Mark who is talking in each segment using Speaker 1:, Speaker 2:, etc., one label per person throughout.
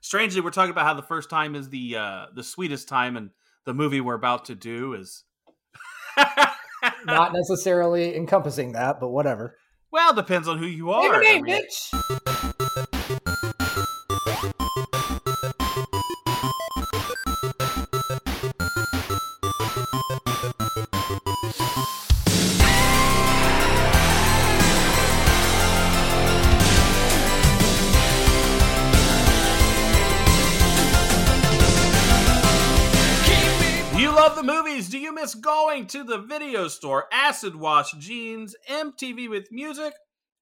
Speaker 1: strangely, we're talking about how the first time is the uh, the sweetest time, and the movie we're about to do is
Speaker 2: Not necessarily encompassing that, but whatever.
Speaker 1: well, depends on who you
Speaker 2: Name
Speaker 1: are.
Speaker 2: your
Speaker 1: I
Speaker 2: name,
Speaker 1: mean,
Speaker 2: bitch.
Speaker 1: Do you love the movies? Do you miss going to the video store, acid wash jeans, MTV with music?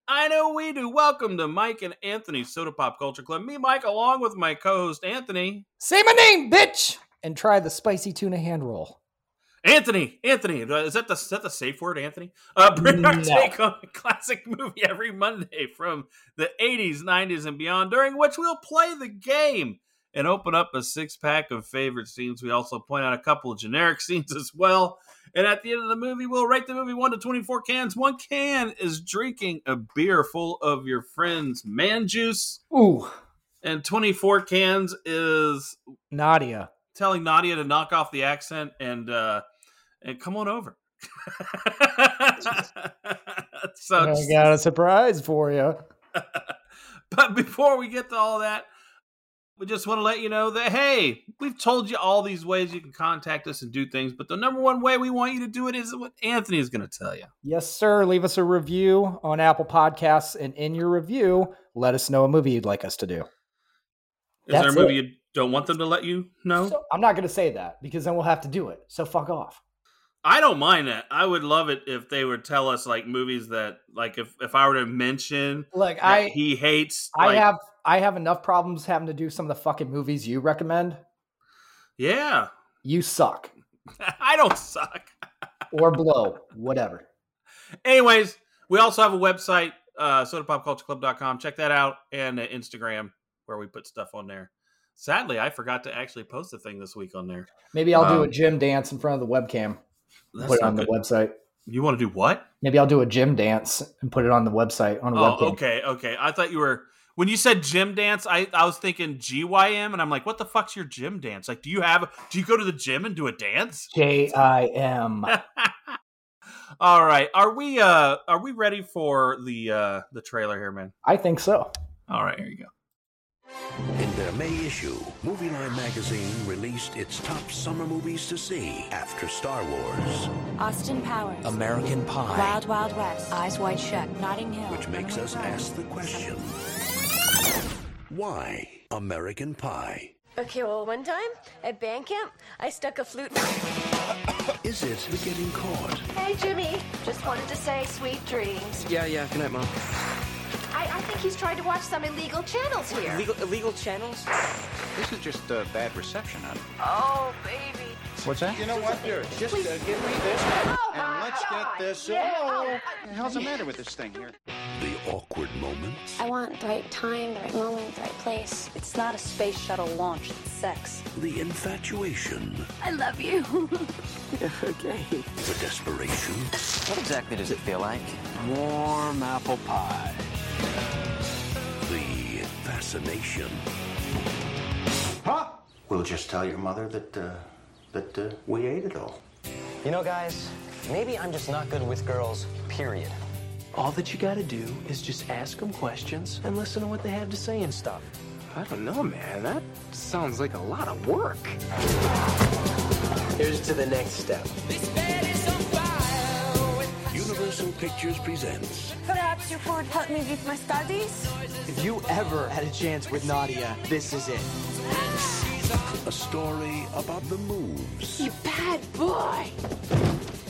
Speaker 1: I know we do. Welcome to Mike and Anthony's Soda Pop Culture Club. Me, Mike, along with my co-host Anthony.
Speaker 2: Say my name, bitch. And try the spicy tuna hand roll.
Speaker 1: Anthony, Anthony, uh, is that the is that the safe word, Anthony? Uh, bring our
Speaker 2: No.
Speaker 1: take on a classic movie every Monday from the '80s, '90s, and beyond, during which we'll play the game and open up a six pack of favorite scenes. We also point out a couple of generic scenes as well. And at the end of the movie, we'll rate the movie one to twenty-four cans. One can is drinking a beer full of your friend's man juice,
Speaker 2: Ooh,
Speaker 1: and twenty-four cans is
Speaker 2: Nadia.
Speaker 1: telling Nadia to knock off the accent and uh, and come on over. so,
Speaker 2: I got a surprise for you.
Speaker 1: but before we get to all that, we just want to let you know that hey, we've told you all these ways you can contact us and do things, but the number one way we want you to do it is what Anthony is going to tell you.
Speaker 2: Yes, sir. Leave us a review on Apple Podcasts, and in your review, let us know a movie you'd like us to do.
Speaker 1: Is there a
Speaker 2: That's
Speaker 1: movie you don't want them to let you know?
Speaker 2: So, I'm not going to say that because then we'll have to do it. So fuck off.
Speaker 1: I don't mind that. I would love it if they would tell us like movies that like if if I were to mention
Speaker 2: Look,
Speaker 1: that
Speaker 2: I
Speaker 1: he hates.
Speaker 2: I
Speaker 1: like,
Speaker 2: have I have enough problems having to do some of the fucking movies you recommend.
Speaker 1: yeah.
Speaker 2: You suck
Speaker 1: I don't suck.
Speaker 2: or blow, whatever.
Speaker 1: Anyways, we also have a website, uh, sodapopcultureclub.com. Check that out, and uh, Instagram, where we put stuff on there. Sadly, I forgot to actually post a thing this week on there.
Speaker 2: Maybe I'll do a
Speaker 1: Um,
Speaker 2: gym dance in front of the webcam.
Speaker 1: That's
Speaker 2: put it
Speaker 1: not
Speaker 2: on the
Speaker 1: good.
Speaker 2: website.
Speaker 1: You want to do what?
Speaker 2: Maybe I'll do a gym dance and put it on the website on a
Speaker 1: Oh,
Speaker 2: webcam.
Speaker 1: okay, okay. I thought you were when you said gym dance. I I was thinking GYM, and I'm like, what the fuck's your gym dance? Like, do you have? Do you go to the gym and do a dance?
Speaker 2: J I M.
Speaker 1: All right. Are we uh are we ready for the uh the trailer here, man?
Speaker 2: I think so.
Speaker 1: All right, here you go.
Speaker 3: In their May issue, Movie Line magazine released its top summer movies to see after Star Wars,
Speaker 4: Austin Powers.
Speaker 5: Um,
Speaker 6: American Pie.
Speaker 4: Wild Wild West. Eyes Wide Shut. Notting Hill.
Speaker 3: which makes
Speaker 4: Emily
Speaker 3: us
Speaker 4: Rose.
Speaker 3: ask the question why American Pie?
Speaker 7: Okay, well, one time at band camp, I stuck a flute.
Speaker 3: Is it the getting caught?
Speaker 7: Hey, Jimmy. Just wanted to say sweet dreams.
Speaker 5: Yeah, yeah. Good night, mom.
Speaker 7: I, I think he's trying to watch some illegal channels here.
Speaker 5: Legal, illegal channels.
Speaker 8: This is just uh, bad reception on
Speaker 7: Oh, baby.
Speaker 8: What's that? You know what? Here, just uh, give me this,
Speaker 7: Oh, my
Speaker 8: and let's get
Speaker 7: God.
Speaker 8: this.
Speaker 7: Yeah.
Speaker 8: Oh,
Speaker 7: Oh,
Speaker 8: the hell's the matter with this thing here?
Speaker 3: The awkward moments?
Speaker 9: I want the right time, the right moment, the right place.
Speaker 4: It's not a space shuttle launch. It's sex.
Speaker 3: The infatuation?
Speaker 7: I love you.
Speaker 5: okay.
Speaker 3: The desperation?
Speaker 5: What exactly does it feel like? Warm apple pie.
Speaker 3: The fascination?
Speaker 8: We'll just tell your mother that uh, that uh, we ate it all.
Speaker 6: You know, guys, maybe I'm just not good with girls, period. All that you gotta do is just ask them questions and listen to what they have to say and stuff.
Speaker 8: I don't know, man. That sounds like a lot of work.
Speaker 6: Here's to the next step.
Speaker 3: Universal Pictures presents
Speaker 4: Perhaps you could help me with my studies?
Speaker 6: If you ever had a chance with Nadia, this is it.
Speaker 3: a story about the moves,
Speaker 4: You bad boy.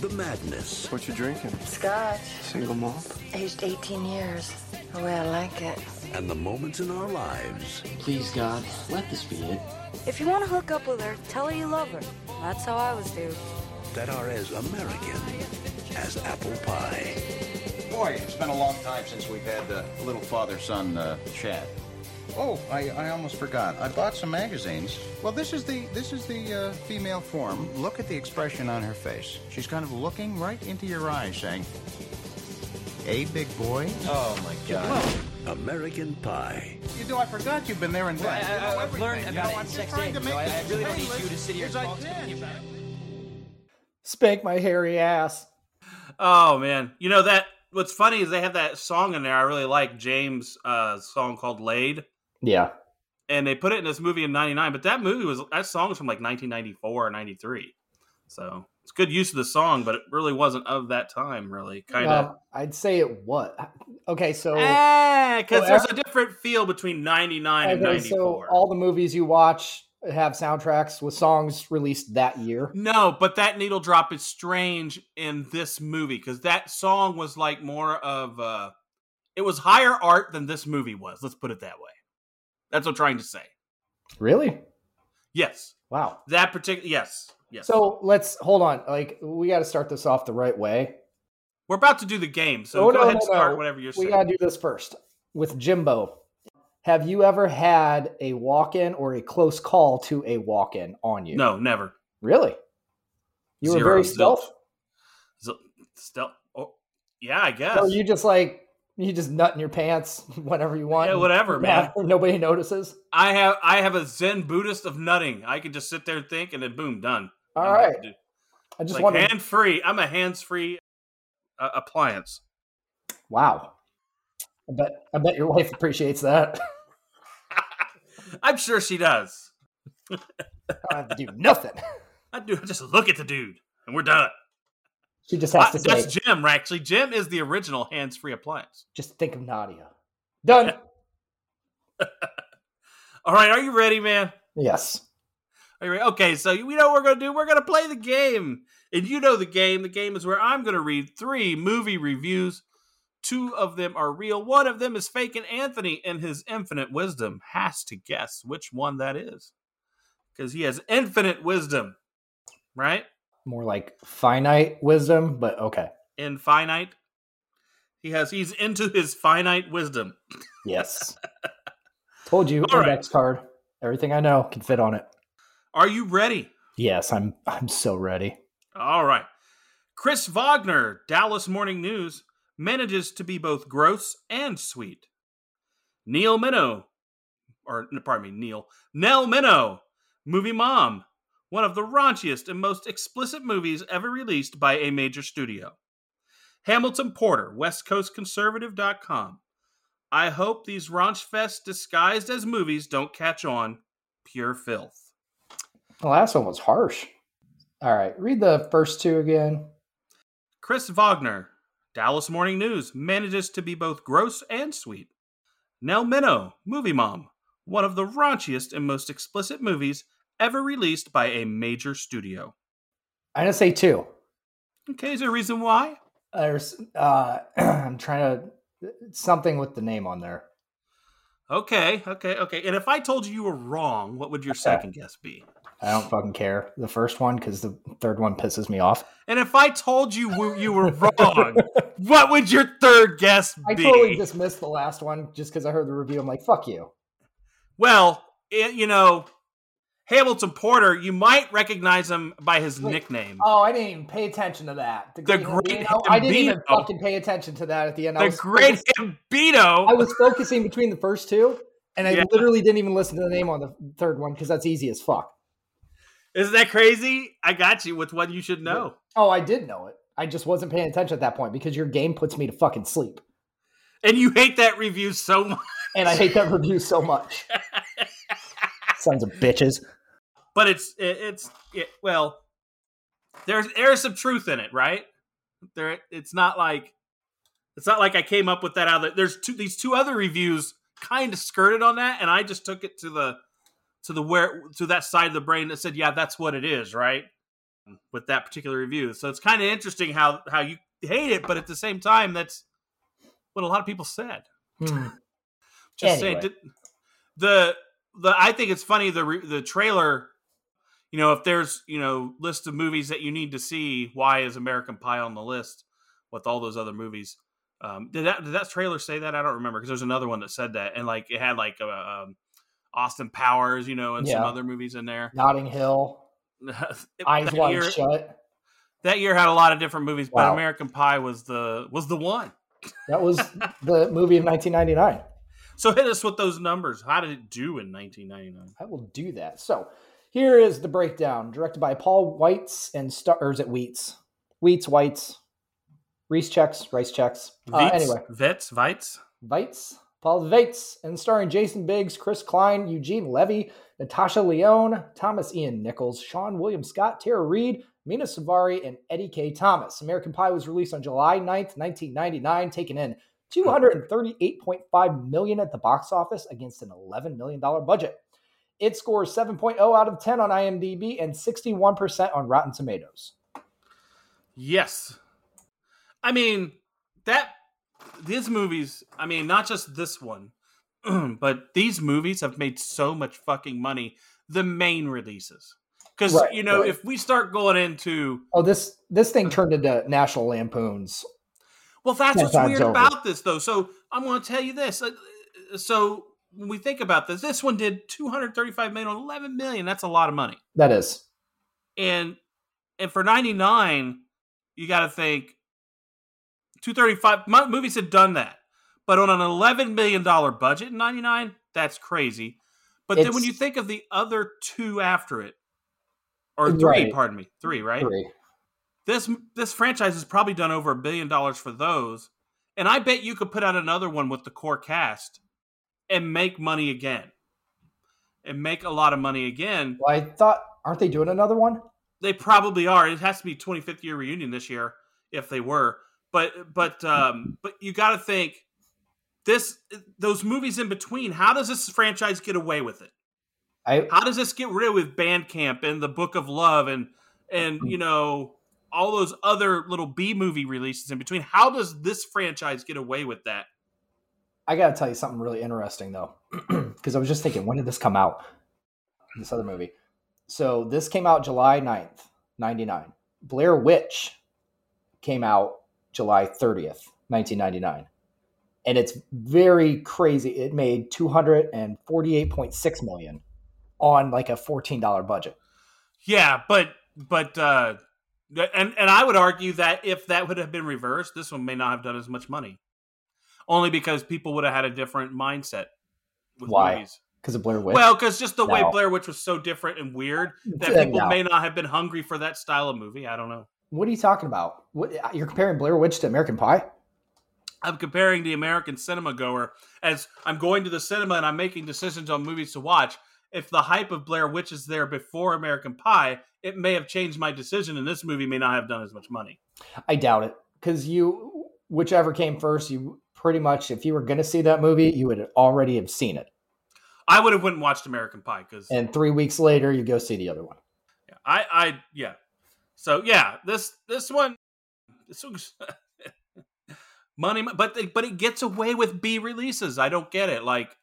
Speaker 3: the madness,
Speaker 6: What you drinking?
Speaker 7: Scotch.
Speaker 6: Single malt?
Speaker 7: Aged 18 years. The way I like it.
Speaker 3: and the moments in our lives
Speaker 6: Please, God, let this be it.
Speaker 4: If you want to hook up with her, tell her you love her. That's how I was do.
Speaker 3: that are as American as apple pie.
Speaker 8: Boy, it's been a long time since we've had uh, a little father-son uh, chat. Oh, I, I almost forgot. I bought some magazines. Well, this is the this is the uh, female form. Look at the expression on her face. She's kind of looking right into your eyes, saying, A big boy?
Speaker 6: Oh my god.
Speaker 3: American Pie.
Speaker 8: You do. I forgot you've been there and
Speaker 6: I,
Speaker 8: back. You know
Speaker 6: I, I've
Speaker 8: everything.
Speaker 6: learned
Speaker 8: You
Speaker 6: about
Speaker 8: know,
Speaker 6: it
Speaker 8: I'm
Speaker 6: in
Speaker 8: just
Speaker 6: sex
Speaker 8: trying
Speaker 6: ed. So
Speaker 8: to make
Speaker 6: I, I
Speaker 8: this
Speaker 6: really don't need
Speaker 8: painless
Speaker 6: you to sit here
Speaker 8: as
Speaker 6: and
Speaker 8: I
Speaker 6: talk to me
Speaker 8: can.
Speaker 6: about it.
Speaker 2: Spank my hairy ass.
Speaker 1: Oh man, you know that. What's funny is they have that song in there. I really like James' uh, song called "Laid,"
Speaker 2: Yeah.
Speaker 1: and they put it in this movie in '99. But that movie was that song was from like 1994 or '93, so it's good use of the song, but it really wasn't of that time. Really, kind of.
Speaker 2: Um, I'd say it what? Okay, so
Speaker 1: because
Speaker 2: So
Speaker 1: Eh, there's a different feel between 99 and
Speaker 2: okay, so
Speaker 1: 94.
Speaker 2: all the movies you watch have soundtracks with songs released that year.
Speaker 1: no, but that needle drop is strange in this movie because that song was like more of uh it was higher art than this movie was. Let's put it that way. That's what I'm trying to say.
Speaker 2: Really?
Speaker 1: Yes,
Speaker 2: Wow.
Speaker 1: that particular. Yes, yes.
Speaker 2: So let's hold on. Like we got to start this off the right way.
Speaker 1: we're about to do the game, so
Speaker 2: Oh,
Speaker 1: go
Speaker 2: no,
Speaker 1: ahead
Speaker 2: no,
Speaker 1: and start
Speaker 2: no.
Speaker 1: whatever you're
Speaker 2: We
Speaker 1: saying.
Speaker 2: got to do this first with Jimbo. Have you ever had a walk-in or a close call to a walk-in on you?
Speaker 1: no, never.
Speaker 2: Really? You were
Speaker 1: Zero,
Speaker 2: very
Speaker 1: zilch.
Speaker 2: stealth.
Speaker 1: So, still, oh, yeah, I guess.
Speaker 2: Or you just like you just nut in your pants whenever you want.
Speaker 1: Yeah,
Speaker 2: and-
Speaker 1: whatever, man.
Speaker 2: Yeah, nobody notices.
Speaker 1: I have I have a Zen Buddhist of nutting. I could just sit there and think, and then boom, done.
Speaker 2: All
Speaker 1: I don't have
Speaker 2: right.
Speaker 1: to do-
Speaker 2: I just
Speaker 1: like
Speaker 2: wondered.
Speaker 1: hand free. I'm a hands free uh, appliance.
Speaker 2: Wow. I bet I bet your wife appreciates that.
Speaker 1: I'm sure she does.
Speaker 2: I don't have to do nothing.
Speaker 1: I do. I just look at the dude, and we're done.
Speaker 2: She just has
Speaker 1: I-
Speaker 2: to say,
Speaker 1: Uh, that's Jim. Actually, Jim is the original hands free appliance.
Speaker 2: just think of Nadia. Done.
Speaker 1: All right, are you ready, man?
Speaker 2: yes.
Speaker 1: Are you ready? Okay, so we know what we're gonna do. We're gonna play the game, and you know the game. The game is where I'm gonna read three movie reviews. Two of them are real. One of them is fake, and Anthony, in his infinite wisdom, has to guess which one that is, because he has infinite wisdom, right?
Speaker 2: More like finite wisdom, but okay.
Speaker 1: infinite. He has he's into his finite wisdom.
Speaker 2: Yes. Told you
Speaker 1: All right.
Speaker 2: index card. Everything I know can fit on it.
Speaker 1: Are you ready?
Speaker 2: Yes, I'm I'm so ready.
Speaker 1: All right. Chris Wagner, Dallas Morning News, manages to be both gross and sweet. Neil Minow, or no, pardon me, Neil Nell Minow, movie mom, one of the raunchiest and most explicit movies ever released by a major studio. Hamilton Porter, WestCoastConservative.com. I hope these raunch fests disguised as movies don't catch on. Pure filth.
Speaker 2: The last one was harsh. All right, read the first two again.
Speaker 1: Chris Wagner, Dallas Morning News, manages to be both gross and sweet. Nell Minow, Movie Mom, one of the raunchiest and most explicit movies ever released by a major studio.
Speaker 2: I'm gonna say two.
Speaker 1: Okay, is there a reason why?
Speaker 2: There's uh I'm trying to something with the name on there.
Speaker 1: Okay, okay, okay. And if I told you you were wrong, what would your second guess be?
Speaker 2: I don't fucking care. The first one because the third one pisses me off.
Speaker 1: And if I told you wo- you were wrong, what would your third guess be?
Speaker 2: I totally dismissed the last one just because I heard the review. I'm like, fuck you.
Speaker 1: Well, it, you know, Hamilton Porter, you might recognize him by his
Speaker 2: Wait.
Speaker 1: nickname.
Speaker 2: Oh, I didn't even pay attention to that. The
Speaker 1: great
Speaker 2: Gambino? I didn't even
Speaker 1: Gambino.
Speaker 2: fucking pay attention to that at the end. I
Speaker 1: the
Speaker 2: was, I
Speaker 1: great
Speaker 2: was, I
Speaker 1: Gambito.
Speaker 2: was focusing between the first two, and I
Speaker 1: Yeah.
Speaker 2: literally didn't even listen to the name on the third one because that's easy as fuck.
Speaker 1: Isn't that crazy? I got you with one you should know.
Speaker 2: Oh, I did know it. I just wasn't paying attention at that point because your game puts me to fucking sleep,
Speaker 1: And you hate that review so much.
Speaker 2: and I hate that review so much. Sons of bitches.
Speaker 1: But it's it, it's it, well, there's there's some truth in it, right? There, it's not like it's not like I came up with that out. Of the, there's two these two other reviews kind of skirted on that, and I just took it to the to the where to that side of the brain that said, yeah, that's what it is, right? With that particular review, so it's kind of interesting how how you hate it, but at the same time, that's what a lot of people said.
Speaker 2: Hmm.
Speaker 1: just
Speaker 2: Anyway.
Speaker 1: saying did- the the I think it's funny the re- the trailer you know if there's you know list of movies that you need to see why is American Pie on the list with all those other movies um did that did that trailer say that I don't remember because there's another one that said that and like it had like uh, um Austin Powers you know and some
Speaker 2: Yeah.
Speaker 1: other movies in there
Speaker 2: Notting Hill,
Speaker 1: It-
Speaker 2: Eyes
Speaker 1: that
Speaker 2: Wide
Speaker 1: year,
Speaker 2: Shut.
Speaker 1: that year had a lot of different movies but
Speaker 2: Wow.
Speaker 1: American Pie was the was the one
Speaker 2: That was the movie of 1999.
Speaker 1: So hit us with those numbers. How did it do in 1999?
Speaker 2: I will do that. So here is the breakdown, directed by Paul Whites and Star, or is it Wheats? Wheats, Whites, Reese Checks, Rice Checks. Uh,
Speaker 1: Veets?
Speaker 2: anyway,
Speaker 1: Vets, Vites.
Speaker 2: Veits, Paul Veits, and starring Jason Biggs, Chris Klein, Eugene Levy, Natasha Leone, Thomas Ian Nichols, Sean William Scott, Tara Reid, Mina Savari, and Eddie K. Thomas. American Pie was released on July 9th, 1999, taking in 238.5 million at the box office against an 11 million dollar budget. It scores 7.0 out of 10 on IMDb and 61% on Rotten Tomatoes.
Speaker 1: Yes. I mean, that these movies, I mean, not just this one, but these movies have made so much fucking money the main releases. Cuz
Speaker 2: Right,
Speaker 1: you know,
Speaker 2: right.
Speaker 1: if we start going into
Speaker 2: Oh, this this thing turned into National Lampoon's.
Speaker 1: Well, that's
Speaker 2: Ten
Speaker 1: what's
Speaker 2: times
Speaker 1: weird
Speaker 2: over.
Speaker 1: about this though. So, I'm going to tell you this. Uh, uh, So, when we think about this, this one did 235 million on 11 million. That's a lot of money.
Speaker 2: That is.
Speaker 1: and and for 99 you got to think 235 mo- movies had done that but on an 11 million dollar budget in 99 that's crazy but then when
Speaker 2: It's-
Speaker 1: you think of the other two after it or three
Speaker 2: Right.
Speaker 1: pardon me three right
Speaker 2: Three.
Speaker 1: this this franchise has probably done over a billion dollars for those and i bet you could put out another one with the core cast and make money again and make a lot of money again
Speaker 2: Well, I thought, aren't they doing another one?
Speaker 1: they probably are. It has to be 25th year reunion this year if they were. But but um but you got to think this those movies in between. How does this franchise get away with it?
Speaker 2: I
Speaker 1: How does this get rid with Bandcamp and the Book of Love and and you know all those other little B movie releases in between? How does this franchise get away with that?
Speaker 2: I gotta tell you something really interesting though, because I was just thinking, when did this come out? This other movie. So this came out July 9th, 99. Blair Witch came out July 30th, 1999. And it's very crazy. It made 248.6 million on like a $14 budget.
Speaker 1: Yeah, but but uh and and I would argue that if that would have been reversed, this one may not have done as much money. Only because people would have had a different mindset with
Speaker 2: Why?
Speaker 1: movies.
Speaker 2: Because of Blair Witch.
Speaker 1: Well, because just the way
Speaker 2: No.
Speaker 1: Blair Witch was so different and weird that
Speaker 2: Yeah,
Speaker 1: people
Speaker 2: no.
Speaker 1: may not have been hungry for that style of movie. I don't know.
Speaker 2: what are you talking about? What, you're comparing Blair Witch to American Pie?
Speaker 1: I'm comparing the American cinema goer as I'm going to the cinema and I'm making decisions on movies to watch. If the hype of Blair Witch is there before American Pie, it may have changed my decision, and this movie may not have done as much money.
Speaker 2: I doubt it because you, whichever came first, you pretty much, if you were going to see that movie, you would already have seen it.
Speaker 1: I would have went and watched American Pie because
Speaker 2: And three weeks later, you go see the other one.
Speaker 1: I, I, yeah. So yeah, this this one, this one's money, but they, but it gets away with B releases. I don't get it. Like,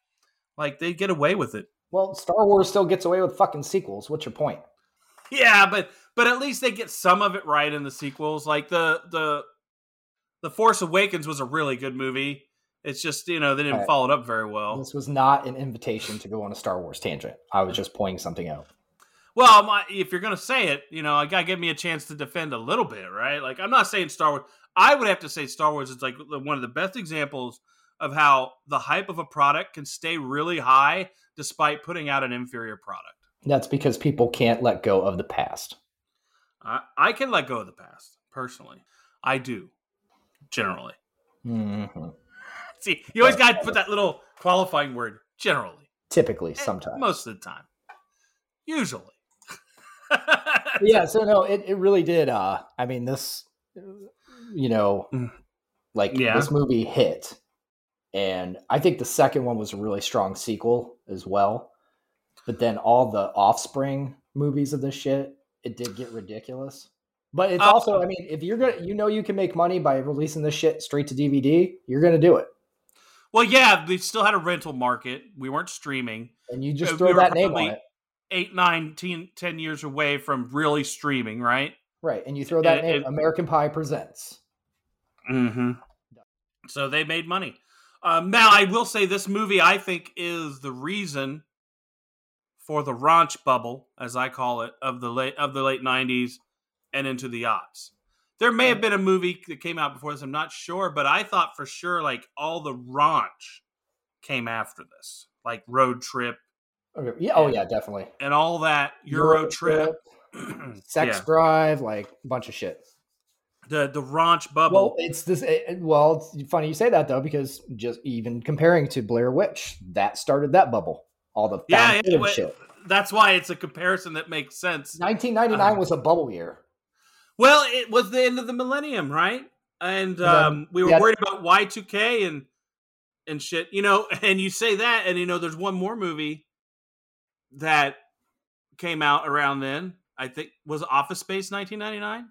Speaker 1: like they get away with it.
Speaker 2: Well, Star Wars still gets away with fucking sequels. What's your point?
Speaker 1: Yeah, but but at least they get some of it right in the sequels. Like the the the Force Awakens was a really good movie. It's just you know they didn't
Speaker 2: Right.
Speaker 1: follow it up very well.
Speaker 2: This was not an invitation to go on a Star Wars tangent. I was just pointing something out.
Speaker 1: Well, my, if you're going to say it, you know, I got to give me a chance to defend a little bit, right? Like, I'm not saying Star Wars. I would have to say Star Wars is like the- one of the best examples of how the hype of a product can stay really high despite putting out an inferior product.
Speaker 2: That's because people can't let go of the past.
Speaker 1: I, I can let go of the past, personally. I do, generally.
Speaker 2: Mhm.
Speaker 1: See, you always got to put that little qualifying word, generally.
Speaker 2: Typically,
Speaker 1: Eh,
Speaker 2: sometimes.
Speaker 1: Most of the time. Usually.
Speaker 2: yeah so no it, it really did uh i mean this you know
Speaker 1: Mm.
Speaker 2: like
Speaker 1: Yeah.
Speaker 2: this movie hit and i think the second one was a really strong sequel as well but then all the offspring movies of this shit it did get ridiculous but it's
Speaker 1: Uh,
Speaker 2: also i mean if you're gonna you know you can make money by releasing this shit straight to dvd you're gonna do it
Speaker 1: Well, yeah, we still had a rental market. We weren't streaming.
Speaker 2: and you just
Speaker 1: Uh,
Speaker 2: throw
Speaker 1: we were
Speaker 2: that name on
Speaker 1: probably-
Speaker 2: it
Speaker 1: Eight, nine, ten, ten years away from really streaming, right?
Speaker 2: right and you throw that
Speaker 1: and-
Speaker 2: name
Speaker 1: and-
Speaker 2: american pie presents
Speaker 1: Mm-hmm. So they made money. Um, now, I will say this movie, I think, is the reason for the ranch bubble, as I call it, of the late of the late '90s and into the aughts, There may have been a movie that came out before this. I'm not sure, but I thought for sure like all the raunch came after this, like Road Trip
Speaker 2: Okay. Yeah. Oh yeah, definitely.
Speaker 1: and all that Euro, Trip,
Speaker 2: Sex
Speaker 1: Yeah.
Speaker 2: Drive, like a bunch of shit.
Speaker 1: the the raunch bubble.
Speaker 2: Well, it's this. It, it- well, it's funny you say that though, because just even comparing to Blair Witch, that started that bubble. All the
Speaker 1: yeah, uh,
Speaker 2: found
Speaker 1: it-
Speaker 2: footage
Speaker 1: it-
Speaker 2: shit.
Speaker 1: that's why it's a comparison that makes sense.
Speaker 2: 1999
Speaker 1: Uh,
Speaker 2: was a bubble year.
Speaker 1: Well, it was the end of the millennium, right? And
Speaker 2: Yeah.
Speaker 1: um, we were
Speaker 2: Yeah.
Speaker 1: worried about Y two K and and shit, you know. And you say that, and you know, there's one more movie that came out around then. I think was Office Space 1999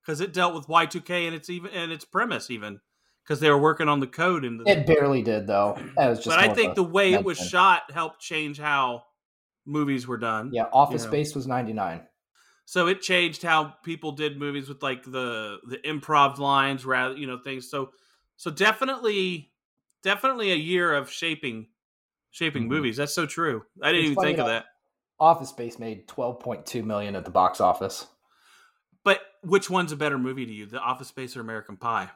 Speaker 1: because it dealt with Y two K and its even and its premise even because they were working on the code and the,
Speaker 2: It barely did though. That was just.
Speaker 1: but I
Speaker 2: more of
Speaker 1: think
Speaker 2: a
Speaker 1: the way it was
Speaker 2: mention.
Speaker 1: shot helped change how movies were done.
Speaker 2: Yeah, Office
Speaker 1: you know.
Speaker 2: Space was 99.
Speaker 1: So it changed how people did movies with like the the improv lines rather, you know, things. So so definitely definitely a year of shaping shaping
Speaker 2: Mhm.
Speaker 1: movies. That's so true. I didn't
Speaker 2: It's
Speaker 1: even
Speaker 2: funny
Speaker 1: think of
Speaker 2: enough.
Speaker 1: that.
Speaker 2: Office Space made 12.2 million at the box office.
Speaker 1: But which one's a better movie to you, The Office Space or American Pie?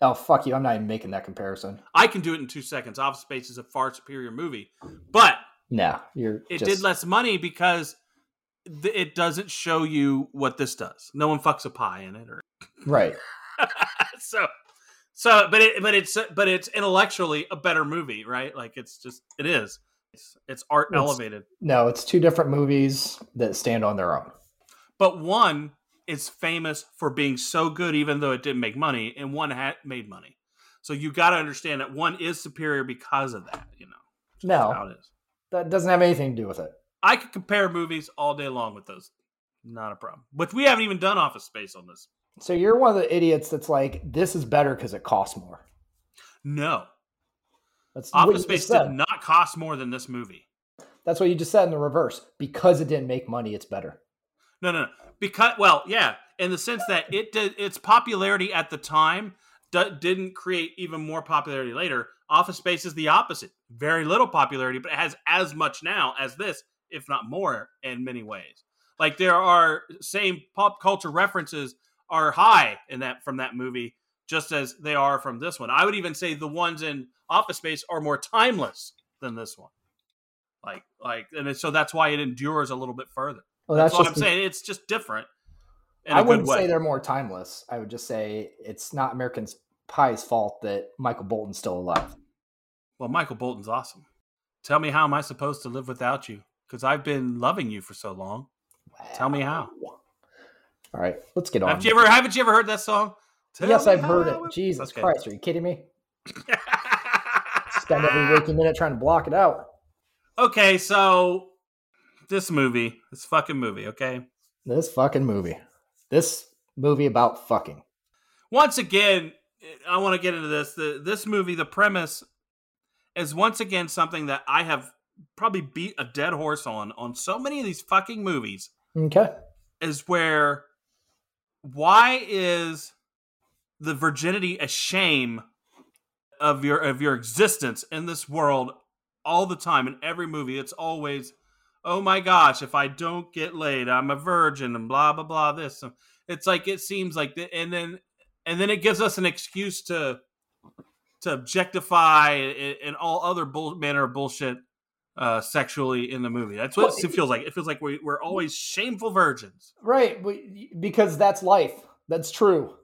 Speaker 2: Oh fuck you! I'm not even making that comparison.
Speaker 1: I can do it in 2 seconds. Office Space is a far superior movie. But
Speaker 2: Nah, you're.
Speaker 1: it
Speaker 2: just,
Speaker 1: did less money because th- it doesn't show you what this does. No one fucks a pie in it or
Speaker 2: right.
Speaker 1: so so but it but it's but it's intellectually a better movie right like it's just it is it's it's art
Speaker 2: It's-
Speaker 1: elevated
Speaker 2: No, it's two different movies that stand on their own.
Speaker 1: but one is famous for being so good even though it didn't make money and one had made money so you got to understand that one is superior because of that you know That's
Speaker 2: No.
Speaker 1: how it is
Speaker 2: That doesn't have anything to do with it.
Speaker 1: i could compare movies all day long with those not a problem but we haven't even done office space on this
Speaker 2: So you're one of the idiots that's like, this is better because it costs more.
Speaker 1: no
Speaker 2: That's what you
Speaker 1: office
Speaker 2: just
Speaker 1: space
Speaker 2: said.
Speaker 1: did not cost more than this movie
Speaker 2: That's what you just said in the reverse. Because it didn't make money, it's better.
Speaker 1: No, no, no. Because well, yeah, in the sense that it did its popularity at the time d- didn't create even more popularity later. Office Space is the opposite. Very little popularity, but it has as much now as this, if not more, in many ways. Like there are same pop culture references are high in that from that movie, just as they are from this one. I would even say the ones in Office Space are more timeless than this one. Like, like, and it- so that's why it endures a little bit further.
Speaker 2: Well,
Speaker 1: That's,
Speaker 2: that's,
Speaker 1: what
Speaker 2: just.
Speaker 1: I'm saying. It's just different. In a
Speaker 2: I
Speaker 1: good
Speaker 2: wouldn't
Speaker 1: way.
Speaker 2: say they're more timeless. I would just say it's not American Pie's fault that Michael Bolton's still alive.
Speaker 1: Well, Michael Bolton's awesome. Tell me how am I supposed to live without you? Because I've been loving you for so long. Tell me how.
Speaker 2: All right, let's get on.
Speaker 1: Have you ever haven't you ever heard that song? Tell
Speaker 2: yes,
Speaker 1: me
Speaker 2: I've heard
Speaker 1: how I-
Speaker 2: it. Jesus
Speaker 1: Okay.
Speaker 2: Christ, are you kidding me? Spend every waking minute trying to block it out.
Speaker 1: okay, so this movie, this fucking movie, okay?
Speaker 2: This fucking movie. This movie about fucking.
Speaker 1: once again, I want to get into this. The, this movie, the premise is once again something that I have probably beat a dead horse on on so many of these fucking movies.
Speaker 2: Okay.
Speaker 1: Is where why is the virginity a shame of your of your existence in this world all the time in every movie? It's always, oh my gosh, if I don't get laid, I'm a virgin and blah blah blah. This it's like it seems like the, and then and then it gives us an excuse to to objectify and, and all other bull, manner of bullshit uh sexually in the movie that's what it feels like it feels like we, we're always shameful virgins
Speaker 2: Right, but y- because that's life. That's true.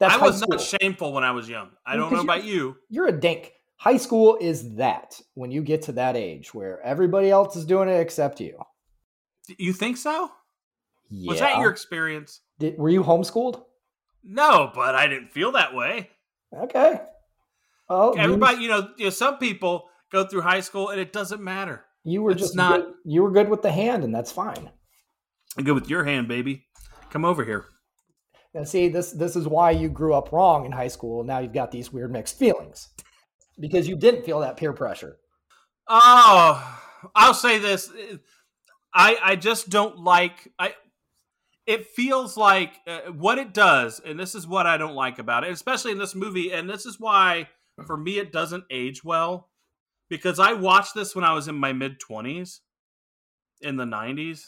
Speaker 2: That's
Speaker 1: i
Speaker 2: high
Speaker 1: was
Speaker 2: school.
Speaker 1: not shameful when i was young i
Speaker 2: Well,
Speaker 1: don't know
Speaker 2: 'cause you-
Speaker 1: about you
Speaker 2: You're a dink. High school is that when you get to that age where everybody else is doing it except you.
Speaker 1: D- you think so
Speaker 2: Yeah.
Speaker 1: was that your experience
Speaker 2: Did, were you homeschooled?
Speaker 1: no but i didn't feel that way
Speaker 2: Okay. Oh,
Speaker 1: everybody you know, you know some people go through high school and it doesn't matter
Speaker 2: you, you were
Speaker 1: it's
Speaker 2: just
Speaker 1: not-
Speaker 2: good- you were good with the hand, and that's fine.
Speaker 1: i'm good with your hand baby come over here
Speaker 2: Now, see, this this is why you grew up wrong in high school. and Now you've got these weird mixed feelings because you didn't feel that peer pressure.
Speaker 1: Oh, I'll say this. I I just don't like I it feels like uh, what it does and this is what I don't like about it, especially in this movie and this is why for me it doesn't age well because I watched this when I was in my mid 20s in the 90s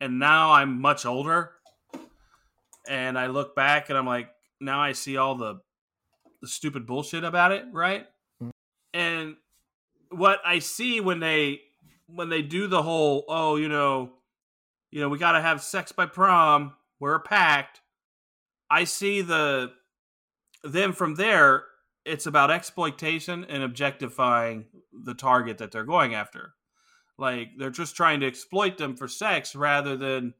Speaker 1: and now I'm much older and I look back and I'm like, now I see all the, the stupid bullshit about it, right? And what I see when they when they do the whole, oh, you know, you know, we got to have sex by prom, we're a pact. I see the then from there, it's about exploitation and objectifying the target that they're going after. Like they're just trying to exploit them for sex rather than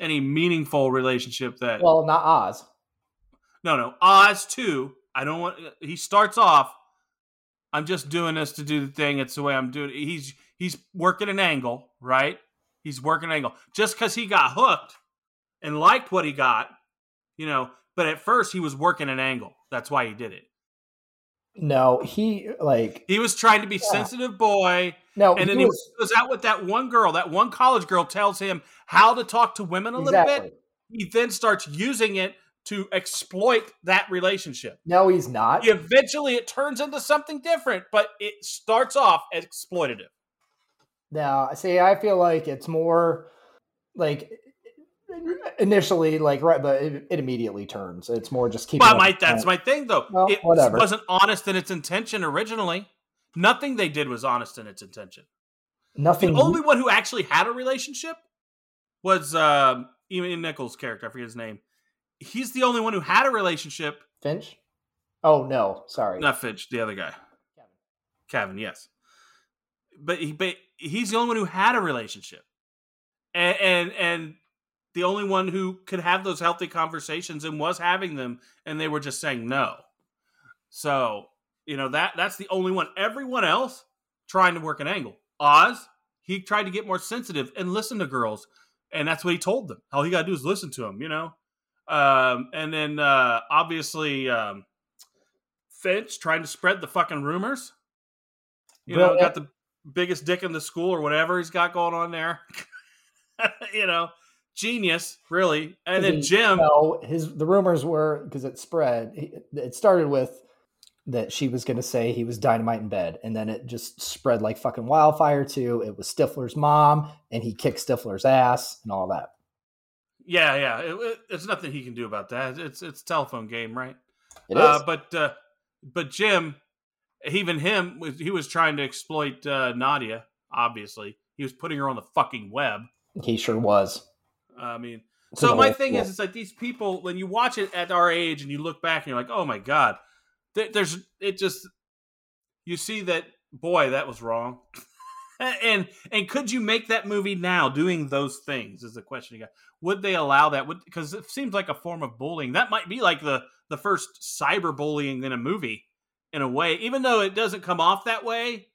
Speaker 1: any meaningful relationship that
Speaker 2: Well, not Oz.
Speaker 1: no, no. Oz too. I don't want. He starts off. I'm just doing this to do the thing. It's the way I'm doing. It. He's he's working an angle, right? He's working an angle. Just because he got hooked and liked what he got, you know. But at first, he was working an angle. That's why he did it.
Speaker 2: No, he like
Speaker 1: He was trying to be sensitive boy,
Speaker 2: no.
Speaker 1: and then
Speaker 2: Oh, he
Speaker 1: he was, out with that one girl. That one college girl tells him how to talk to women a little
Speaker 2: exactly.
Speaker 1: bit. He then starts using it to exploit that relationship.
Speaker 2: No, he's not.
Speaker 1: eventually it turns into something different, but it starts off as exploitative.
Speaker 2: Now, see, I feel like it's more like initially, like right, but it, it immediately turns. It's more just keeping.
Speaker 1: Well,
Speaker 2: up
Speaker 1: my,
Speaker 2: the
Speaker 1: that's
Speaker 2: fight.
Speaker 1: my thing, though.
Speaker 2: uh, Well,
Speaker 1: it
Speaker 2: whatever.
Speaker 1: wasn't honest in its intention originally. Nothing they did was honest in its intention. The
Speaker 2: nothing.
Speaker 1: only one who actually had a relationship was um, Ian Nichols' character. I forget his name. He's the only one who had a relationship.
Speaker 2: Finch. Oh no, sorry.
Speaker 1: Not Fitch, the other guy. Kevin, yes. But he, but he's the only one who had a relationship, and, and and the only one who could have those healthy conversations and was having them, and they were just saying no. So you know that that's the only one. Everyone else trying to work an angle. Oz, he tried to get more sensitive and listen to girls, and that's what he told them. All he got to do is listen to them, you know. Um, and then uh, obviously um, Finch trying to spread the fucking rumors. You know,
Speaker 2: Well,
Speaker 1: got the biggest dick in the school or whatever he's got going on there. you know, genius, really. And then
Speaker 2: He-
Speaker 1: Jim,
Speaker 2: No, his the rumors were because it spread. he- It started with that she was going to say he was dynamite in bed, and then it just spread like fucking wildfire. To it was Stifler's mom, and he kicked Stifler's ass and all that.
Speaker 1: yeah, yeah. It, it, there's nothing he can do about that. It's it's a telephone game, right?
Speaker 2: It is.
Speaker 1: Uh, but uh, but Jim, even him, was- he was trying to exploit uh, Nadia. Obviously, he was putting her on the fucking web.
Speaker 2: he sure was.
Speaker 1: I mean,
Speaker 2: To
Speaker 1: so
Speaker 2: the
Speaker 1: my
Speaker 2: whole
Speaker 1: thing
Speaker 2: school.
Speaker 1: is, it's like these people when you watch it at our age and you look back and you're like, oh my god, there, there's it just you see that boy that was wrong. And and could you make that movie now doing those things is the question you got. Would they allow that? Would because it seems like a form of bullying. That might be like the the first cyberbullying in a movie in a way. Even though it doesn't come off that way,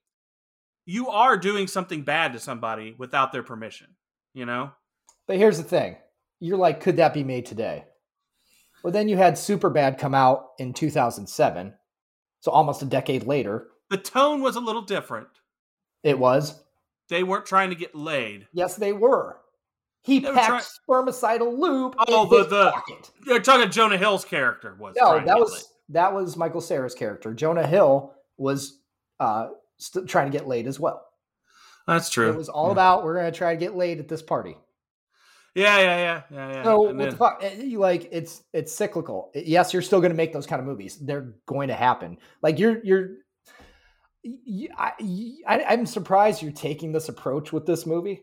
Speaker 1: you are doing something bad to somebody without their permission, you know?
Speaker 2: But here's the thing. You're like, could that be made today? Well, then you had Superbad come out in 2007. So almost a decade later,
Speaker 1: the tone was a little different.
Speaker 2: it was.
Speaker 1: They weren't trying to get laid.
Speaker 2: Yes, they were. He
Speaker 1: They were
Speaker 2: packed
Speaker 1: try-
Speaker 2: spermicidal lube
Speaker 1: Oh,
Speaker 2: in
Speaker 1: the-
Speaker 2: his
Speaker 1: the-
Speaker 2: pocket.
Speaker 1: You're talking Jonah Hill's character was. trying
Speaker 2: No,
Speaker 1: to
Speaker 2: that
Speaker 1: get
Speaker 2: was
Speaker 1: laid.
Speaker 2: that was Michael Sarah's character. Jonah Hill was uh, st- trying to get laid as well.
Speaker 1: that's true. Hmm.
Speaker 2: It was all about we're going to try to get laid at this party.
Speaker 1: yeah, yeah, yeah, yeah, yeah.
Speaker 2: So
Speaker 1: And
Speaker 2: what the
Speaker 1: then-
Speaker 2: fuck? eh, You like it's it's cyclical. Eh, Yes, you're still going to make those kind of movies. They're going to happen. Like you're you're. y- I, y- I- I'm surprised you're taking this approach with this movie.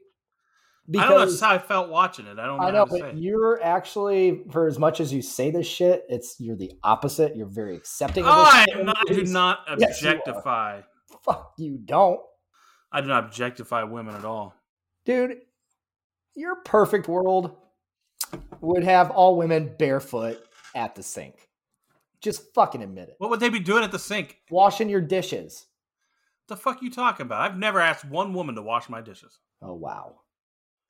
Speaker 1: I don't know that's how I felt watching it. I don't know,
Speaker 2: I know,
Speaker 1: how to say.
Speaker 2: but
Speaker 1: it.
Speaker 2: you're actually, for as much as you say this shit, it's you're the opposite. You're very accepting. of this
Speaker 1: I,
Speaker 2: shit in
Speaker 1: am not, I do
Speaker 2: movies.
Speaker 1: not
Speaker 2: Yes, you are.
Speaker 1: objectify.
Speaker 2: Fuck you, don't,
Speaker 1: I do not objectify women at all.
Speaker 2: dude. Your perfect world would have all women barefoot at the sink. Just fucking admit it.
Speaker 1: What would they be doing at the sink?
Speaker 2: Washing your dishes.
Speaker 1: The fuck you talking about? I've never asked one woman to wash my dishes.
Speaker 2: Oh wow.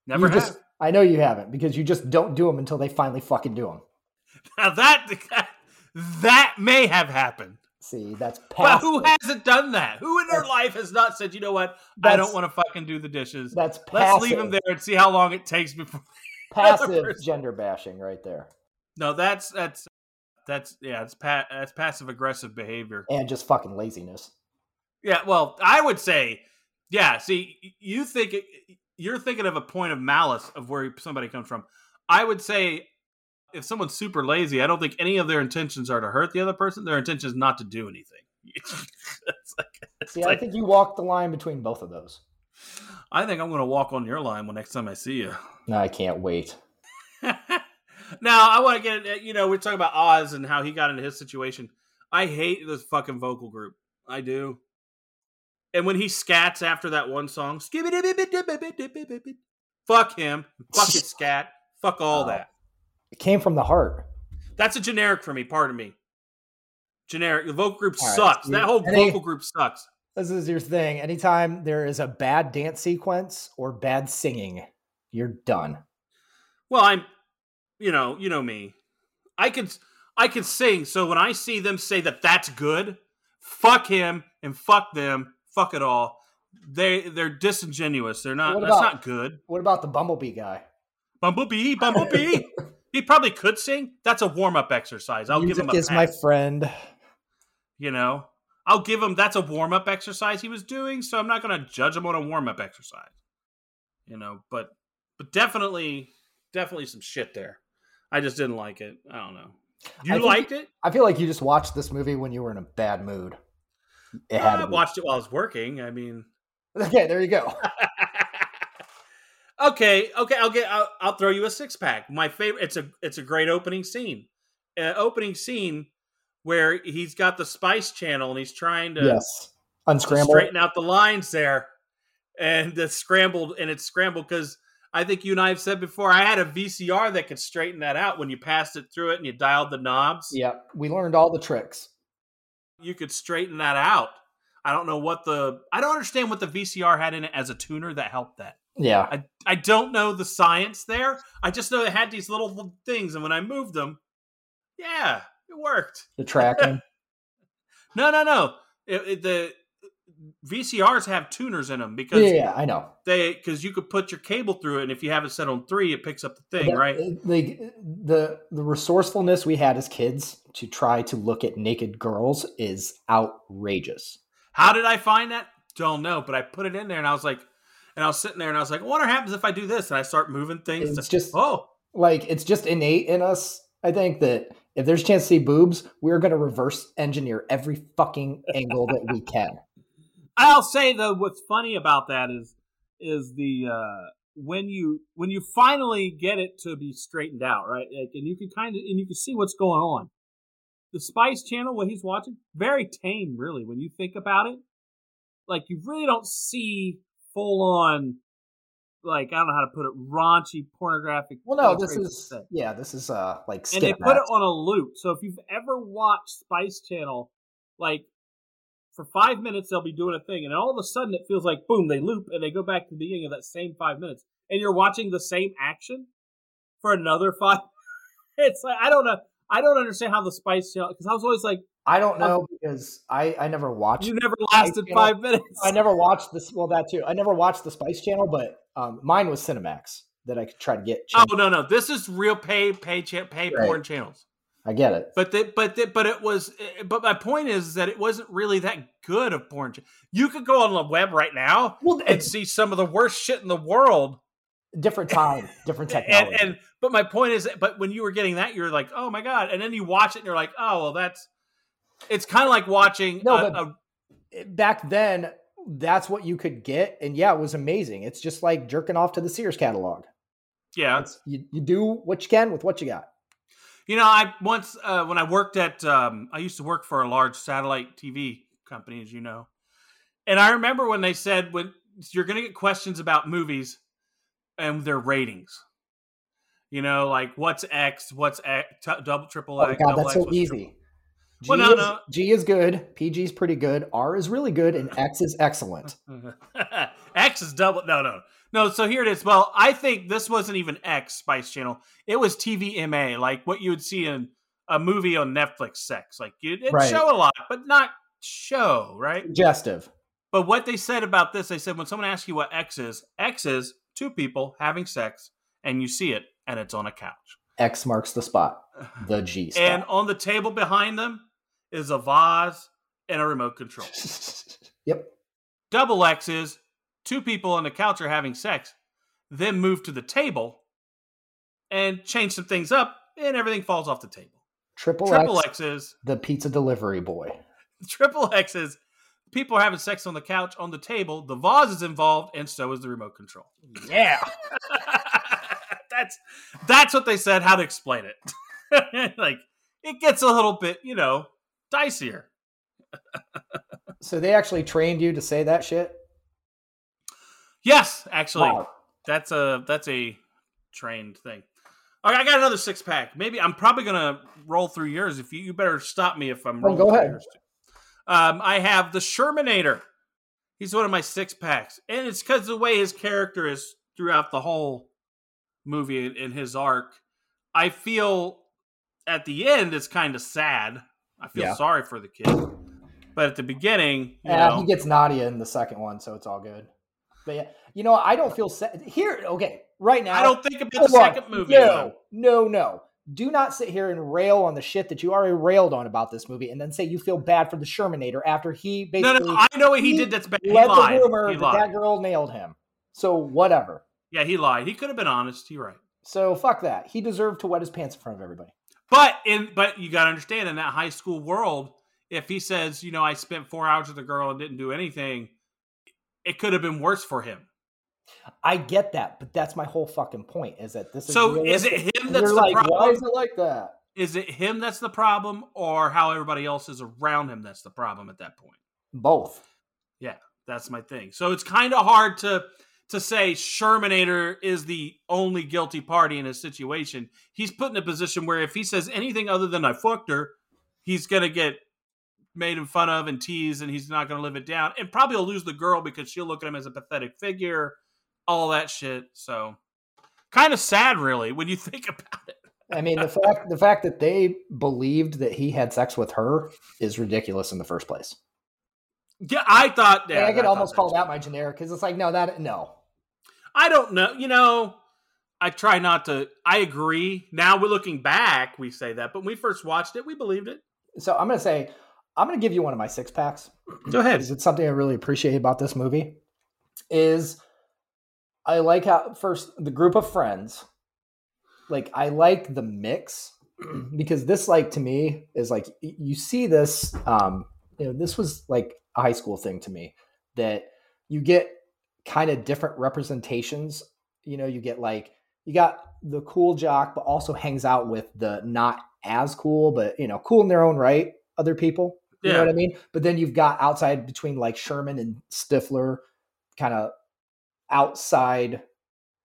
Speaker 1: Never
Speaker 2: you
Speaker 1: have.
Speaker 2: just, I know you haven't because you just don't do them until they finally fucking do them.
Speaker 1: Now that that may have happened.
Speaker 2: See, that's
Speaker 1: But
Speaker 2: past.
Speaker 1: who
Speaker 2: it.
Speaker 1: hasn't done that? Who in their life has not said, you know what? I
Speaker 2: That's-
Speaker 1: don't want to fucking do the dishes.
Speaker 2: that's
Speaker 1: Let's leave them
Speaker 2: passive.
Speaker 1: there and see how long it takes before.
Speaker 2: passive
Speaker 1: person.
Speaker 2: gender bashing right there,
Speaker 1: No, that's that's that's yeah, it's pa- that's passive aggressive behavior.
Speaker 2: and just fucking laziness.
Speaker 1: Yeah, well, I would say, yeah. See, y- you think it, you're thinking of a point of malice of where somebody comes from. I would say if someone's super lazy, I don't think any of their intentions are to hurt the other person. Their intention is not to do anything. It's like- it's
Speaker 2: See, I
Speaker 1: like-
Speaker 2: think you walked the line between both of those.
Speaker 1: I think I'm going to walk on your line when next time I see you.
Speaker 2: No, I can't wait.
Speaker 1: now I want to get you know we're talking about Oz and how he got into his situation. I hate this fucking vocal group. I do. And when he scats after that one song, skibidi-bidi-bidi-bidi-bidi-bidi, fuck him, fuck his scat, fuck all
Speaker 2: Oh.
Speaker 1: that.
Speaker 2: It came from the heart.
Speaker 1: That's a generic for me. Pardon me. Generic. The vocal group
Speaker 2: All right,
Speaker 1: sucks.
Speaker 2: Steve.
Speaker 1: That whole
Speaker 2: Any-
Speaker 1: vocal group sucks.
Speaker 2: This is your thing. Anytime there is a bad dance sequence or bad singing, you're done.
Speaker 1: Well, I'm, you know, you know me. I can, I can sing. So when I see them say that that's good, fuck him and fuck them, fuck it all. They they're disingenuous. They're not.
Speaker 2: What
Speaker 1: That's
Speaker 2: about-
Speaker 1: not good.
Speaker 2: What about the bumblebee guy?
Speaker 1: Bumblebee, bumblebee. he probably could sing. That's a warm up exercise. I'll give him a
Speaker 2: Music is
Speaker 1: pass.
Speaker 2: my friend.
Speaker 1: you know, I'll give him. That's a warm up exercise he was doing. So I'm not going to judge him on a warm up exercise. You know, but but definitely, definitely some shit there. I just didn't like it. I don't know. You
Speaker 2: I think-
Speaker 1: liked it?
Speaker 2: I feel like you just watched this movie when you were in a bad mood. It had
Speaker 1: I
Speaker 2: to be.
Speaker 1: watched it while I was working. I mean,
Speaker 2: Okay, there you go.
Speaker 1: okay, okay, I'll get. I'll, I'll throw you a six pack. My favorite. It's a. It's a great opening scene. Uh, opening scene where he's got the Spice Channel and he's trying to,
Speaker 2: yes.
Speaker 1: to
Speaker 2: Unscramble.
Speaker 1: straighten out the lines there, and it's scrambled and it's scrambled because I think you and I have said before I had a VCR that could straighten that out when you passed it through it and you dialed the knobs.
Speaker 2: Yeah, we learned all the tricks.
Speaker 1: you could straighten that out. I don't know what the I don't understand what the VCR had in it as a tuner that helped that.
Speaker 2: Yeah.
Speaker 1: I I don't know the science there. I just know it had these little things, and when I moved them, yeah, it worked.
Speaker 2: The tracking.
Speaker 1: No, no, no. It, it- the VCRs have tuners in them because
Speaker 2: yeah, I know.
Speaker 1: they because you could put your cable through it, and if you have it set on three, it picks up the thing,
Speaker 2: That-
Speaker 1: right?
Speaker 2: Like the the resourcefulness we had as kids to try to look at naked girls is outrageous.
Speaker 1: How did I find that? Don't know, but I put it in there, and I was like, and I was sitting there, and I was like, what happens if I do this? And I start moving things.
Speaker 2: It's
Speaker 1: to-
Speaker 2: just-
Speaker 1: oh.
Speaker 2: Like it's just innate in us. I think that if there's a chance to see boobs, we're going to reverse engineer every fucking angle that we can.
Speaker 1: I'll say though, what's funny about that is is the uh, when you when you finally get it to be straightened out, right? Like, and you can kind of and you can see what's going on. The Spice Channel, what he's watching, very tame, really. When you think about it, like you really don't see full on, like I don't know how to put it, raunchy pornographic.
Speaker 2: Well, no, this
Speaker 1: penetration
Speaker 2: is
Speaker 1: sex
Speaker 2: yeah, this is uh like
Speaker 1: and they
Speaker 2: skip
Speaker 1: put it on a loop. So if you've ever watched Spice Channel, like for five minutes they'll be doing a thing, and all of a sudden it feels like boom, they loop and they go back to the beginning of that same five minutes, and you're watching the same action for another five. It's like I don't know. I don't understand how the Spice Channel because I was always like,
Speaker 2: I don't know because I I never watched
Speaker 1: you never lasted
Speaker 2: Channel-
Speaker 1: five minutes.
Speaker 2: I never watched this. Well, that too. I never watched the Spice Channel, but um, mine was Cinemax that I could try to get.
Speaker 1: Oh
Speaker 2: changed.
Speaker 1: no, no, this is real pay pay cha- pay
Speaker 2: Right.
Speaker 1: porn channels.
Speaker 2: I get it.
Speaker 1: But the, but the, but it was eh, but my point is that it wasn't really that good of porn. cha- You could go on the web right now
Speaker 2: Well,
Speaker 1: and
Speaker 2: it's
Speaker 1: see some of the worst shit in the world.
Speaker 2: different time, different
Speaker 1: And,
Speaker 2: technology.
Speaker 1: and but my point is, that- but when you were getting that, you're like, oh my god, and then you watch it and you're like, oh well, that's. It's kind of like watching.
Speaker 2: No,
Speaker 1: a-
Speaker 2: but-
Speaker 1: a-
Speaker 2: Eh, Back then, that's what you could get, and yeah, it was amazing. It's just like jerking off to the Sears catalog.
Speaker 1: yeah,
Speaker 2: It's, you you do what you can with what you got.
Speaker 1: you know, I once uh, when I worked at, um, I used to work for a large satellite TV company, as you know, and I remember when they said when you're going to get questions about movies and their ratings. You know, like what's X, what's X, t- double, triple
Speaker 2: Oh my
Speaker 1: X.
Speaker 2: god,
Speaker 1: double
Speaker 2: that's
Speaker 1: X,
Speaker 2: so
Speaker 1: what's triple-
Speaker 2: easy. G,
Speaker 1: Well, no,
Speaker 2: is,
Speaker 1: no.
Speaker 2: G is good. PG is pretty good. R is really good, and X is excellent.
Speaker 1: X is double. No, no, no. So here it is. Well, I think this wasn't even X Spice Channel. It was TVMA, like what you would see in a movie on Netflix. Sex, like you it
Speaker 2: Right.
Speaker 1: show a lot, but not show, right?
Speaker 2: Suggestive.
Speaker 1: But what they said about this, they said when someone asks you what X is, X is two people having sex, and you see it, and it's on a couch,
Speaker 2: X marks the spot. The G. Spot.
Speaker 1: and on the table behind them is a vase and a remote control.
Speaker 2: yep.
Speaker 1: double X is two people on the couch are having sex, then move to the table and change some things up, and everything falls off the table.
Speaker 2: Triple,
Speaker 1: Triple
Speaker 2: X,
Speaker 1: X is
Speaker 2: the pizza delivery boy.
Speaker 1: Triple X is people are having sex on the couch, on the table. The vase is involved, and so is the remote control.
Speaker 2: Yeah.
Speaker 1: that's that's what they said. How to explain it? like it gets a little bit, you know, dicier.
Speaker 2: So they actually trained you to say that shit?
Speaker 1: Yes, actually,
Speaker 2: Wow.
Speaker 1: that's a that's a trained thing. All right, I got another six pack. Maybe I'm probably gonna roll through yours. If you, you better stop me if I'm
Speaker 2: Oh,
Speaker 1: rolling.
Speaker 2: go
Speaker 1: through
Speaker 2: ahead.
Speaker 1: yours, too. Um, I have the Shermanator. He's one of my six packs, and it's because the way his character is throughout the whole movie and- and his arc. I feel at the end it's kind of sad. I feel
Speaker 2: Yeah.
Speaker 1: sorry for the kid, but at the beginning, you
Speaker 2: Yeah,
Speaker 1: know,
Speaker 2: he gets Nadia in the second one, so it's all good. But yeah, you know, I don't feel sad here. Okay, right now,
Speaker 1: I don't think about the
Speaker 2: Hold on.
Speaker 1: second movie.
Speaker 2: No,
Speaker 1: though.
Speaker 2: no, no. Do not sit here and rail on the shit that you already railed on about this movie, and then say you feel bad for the Shermanator after he
Speaker 1: No,
Speaker 2: basically
Speaker 1: no, I know what he,
Speaker 2: he
Speaker 1: did. That's bad. He
Speaker 2: led
Speaker 1: lied.
Speaker 2: the rumor
Speaker 1: he
Speaker 2: that that
Speaker 1: lied.
Speaker 2: girl nailed him. So whatever.
Speaker 1: Yeah, he lied. He could have been honest. You're right.
Speaker 2: So fuck that. He deserved to wet his pants in front of everybody.
Speaker 1: But in but you got to understand in that high school world, if he says, you know, I spent four hours with a girl and didn't do anything, it could have been worse for him.
Speaker 2: I get that, but that's my whole fucking point. Is that this is
Speaker 1: So is it
Speaker 2: realistic.
Speaker 1: him
Speaker 2: And
Speaker 1: that's
Speaker 2: you're
Speaker 1: the
Speaker 2: like, why
Speaker 1: problem?
Speaker 2: is it like that?
Speaker 1: Is it him that's the problem, or how everybody else is around him that's the problem at that point?
Speaker 2: Both.
Speaker 1: That's my thing. So it's kind of hard to to say Shermanator is the only guilty party in his situation. He's put in a position where if he says anything other than I fucked her, he's gonna get made in fun of and teased, and he's not gonna live it down, and probably will lose the girl because she'll look at him as a pathetic figure, all that shit. So kind of sad, really, when you think about it.
Speaker 2: I mean, the fact the fact that they believed that he had sex with her is ridiculous in the first place.
Speaker 1: Yeah, I thought
Speaker 2: I,
Speaker 1: yeah,
Speaker 2: mean, I could
Speaker 1: thought
Speaker 2: almost
Speaker 1: that
Speaker 2: call
Speaker 1: too.
Speaker 2: that my generic because it's like, no, that no.
Speaker 1: I don't know. You know, I try not to. I agree. Now we're looking back, we say that, but when we first watched it, we believed it.
Speaker 2: So I'm gonna say, I'm gonna give you one of my six packs.
Speaker 1: Go ahead.
Speaker 2: Is it something I really appreciate about this movie? Is I like how first the group of friends, like I like the mix because this, like to me, is like y- you see this. Um, you know, this was like a high school thing to me that you get kind of different representations. You know, you get like you got the cool jock, but also hangs out with the not as cool, but you know, cool in their own right, other people. You
Speaker 1: Yeah.
Speaker 2: know what I mean? But then you've got outside between like Sherman and Stifler, kind of outside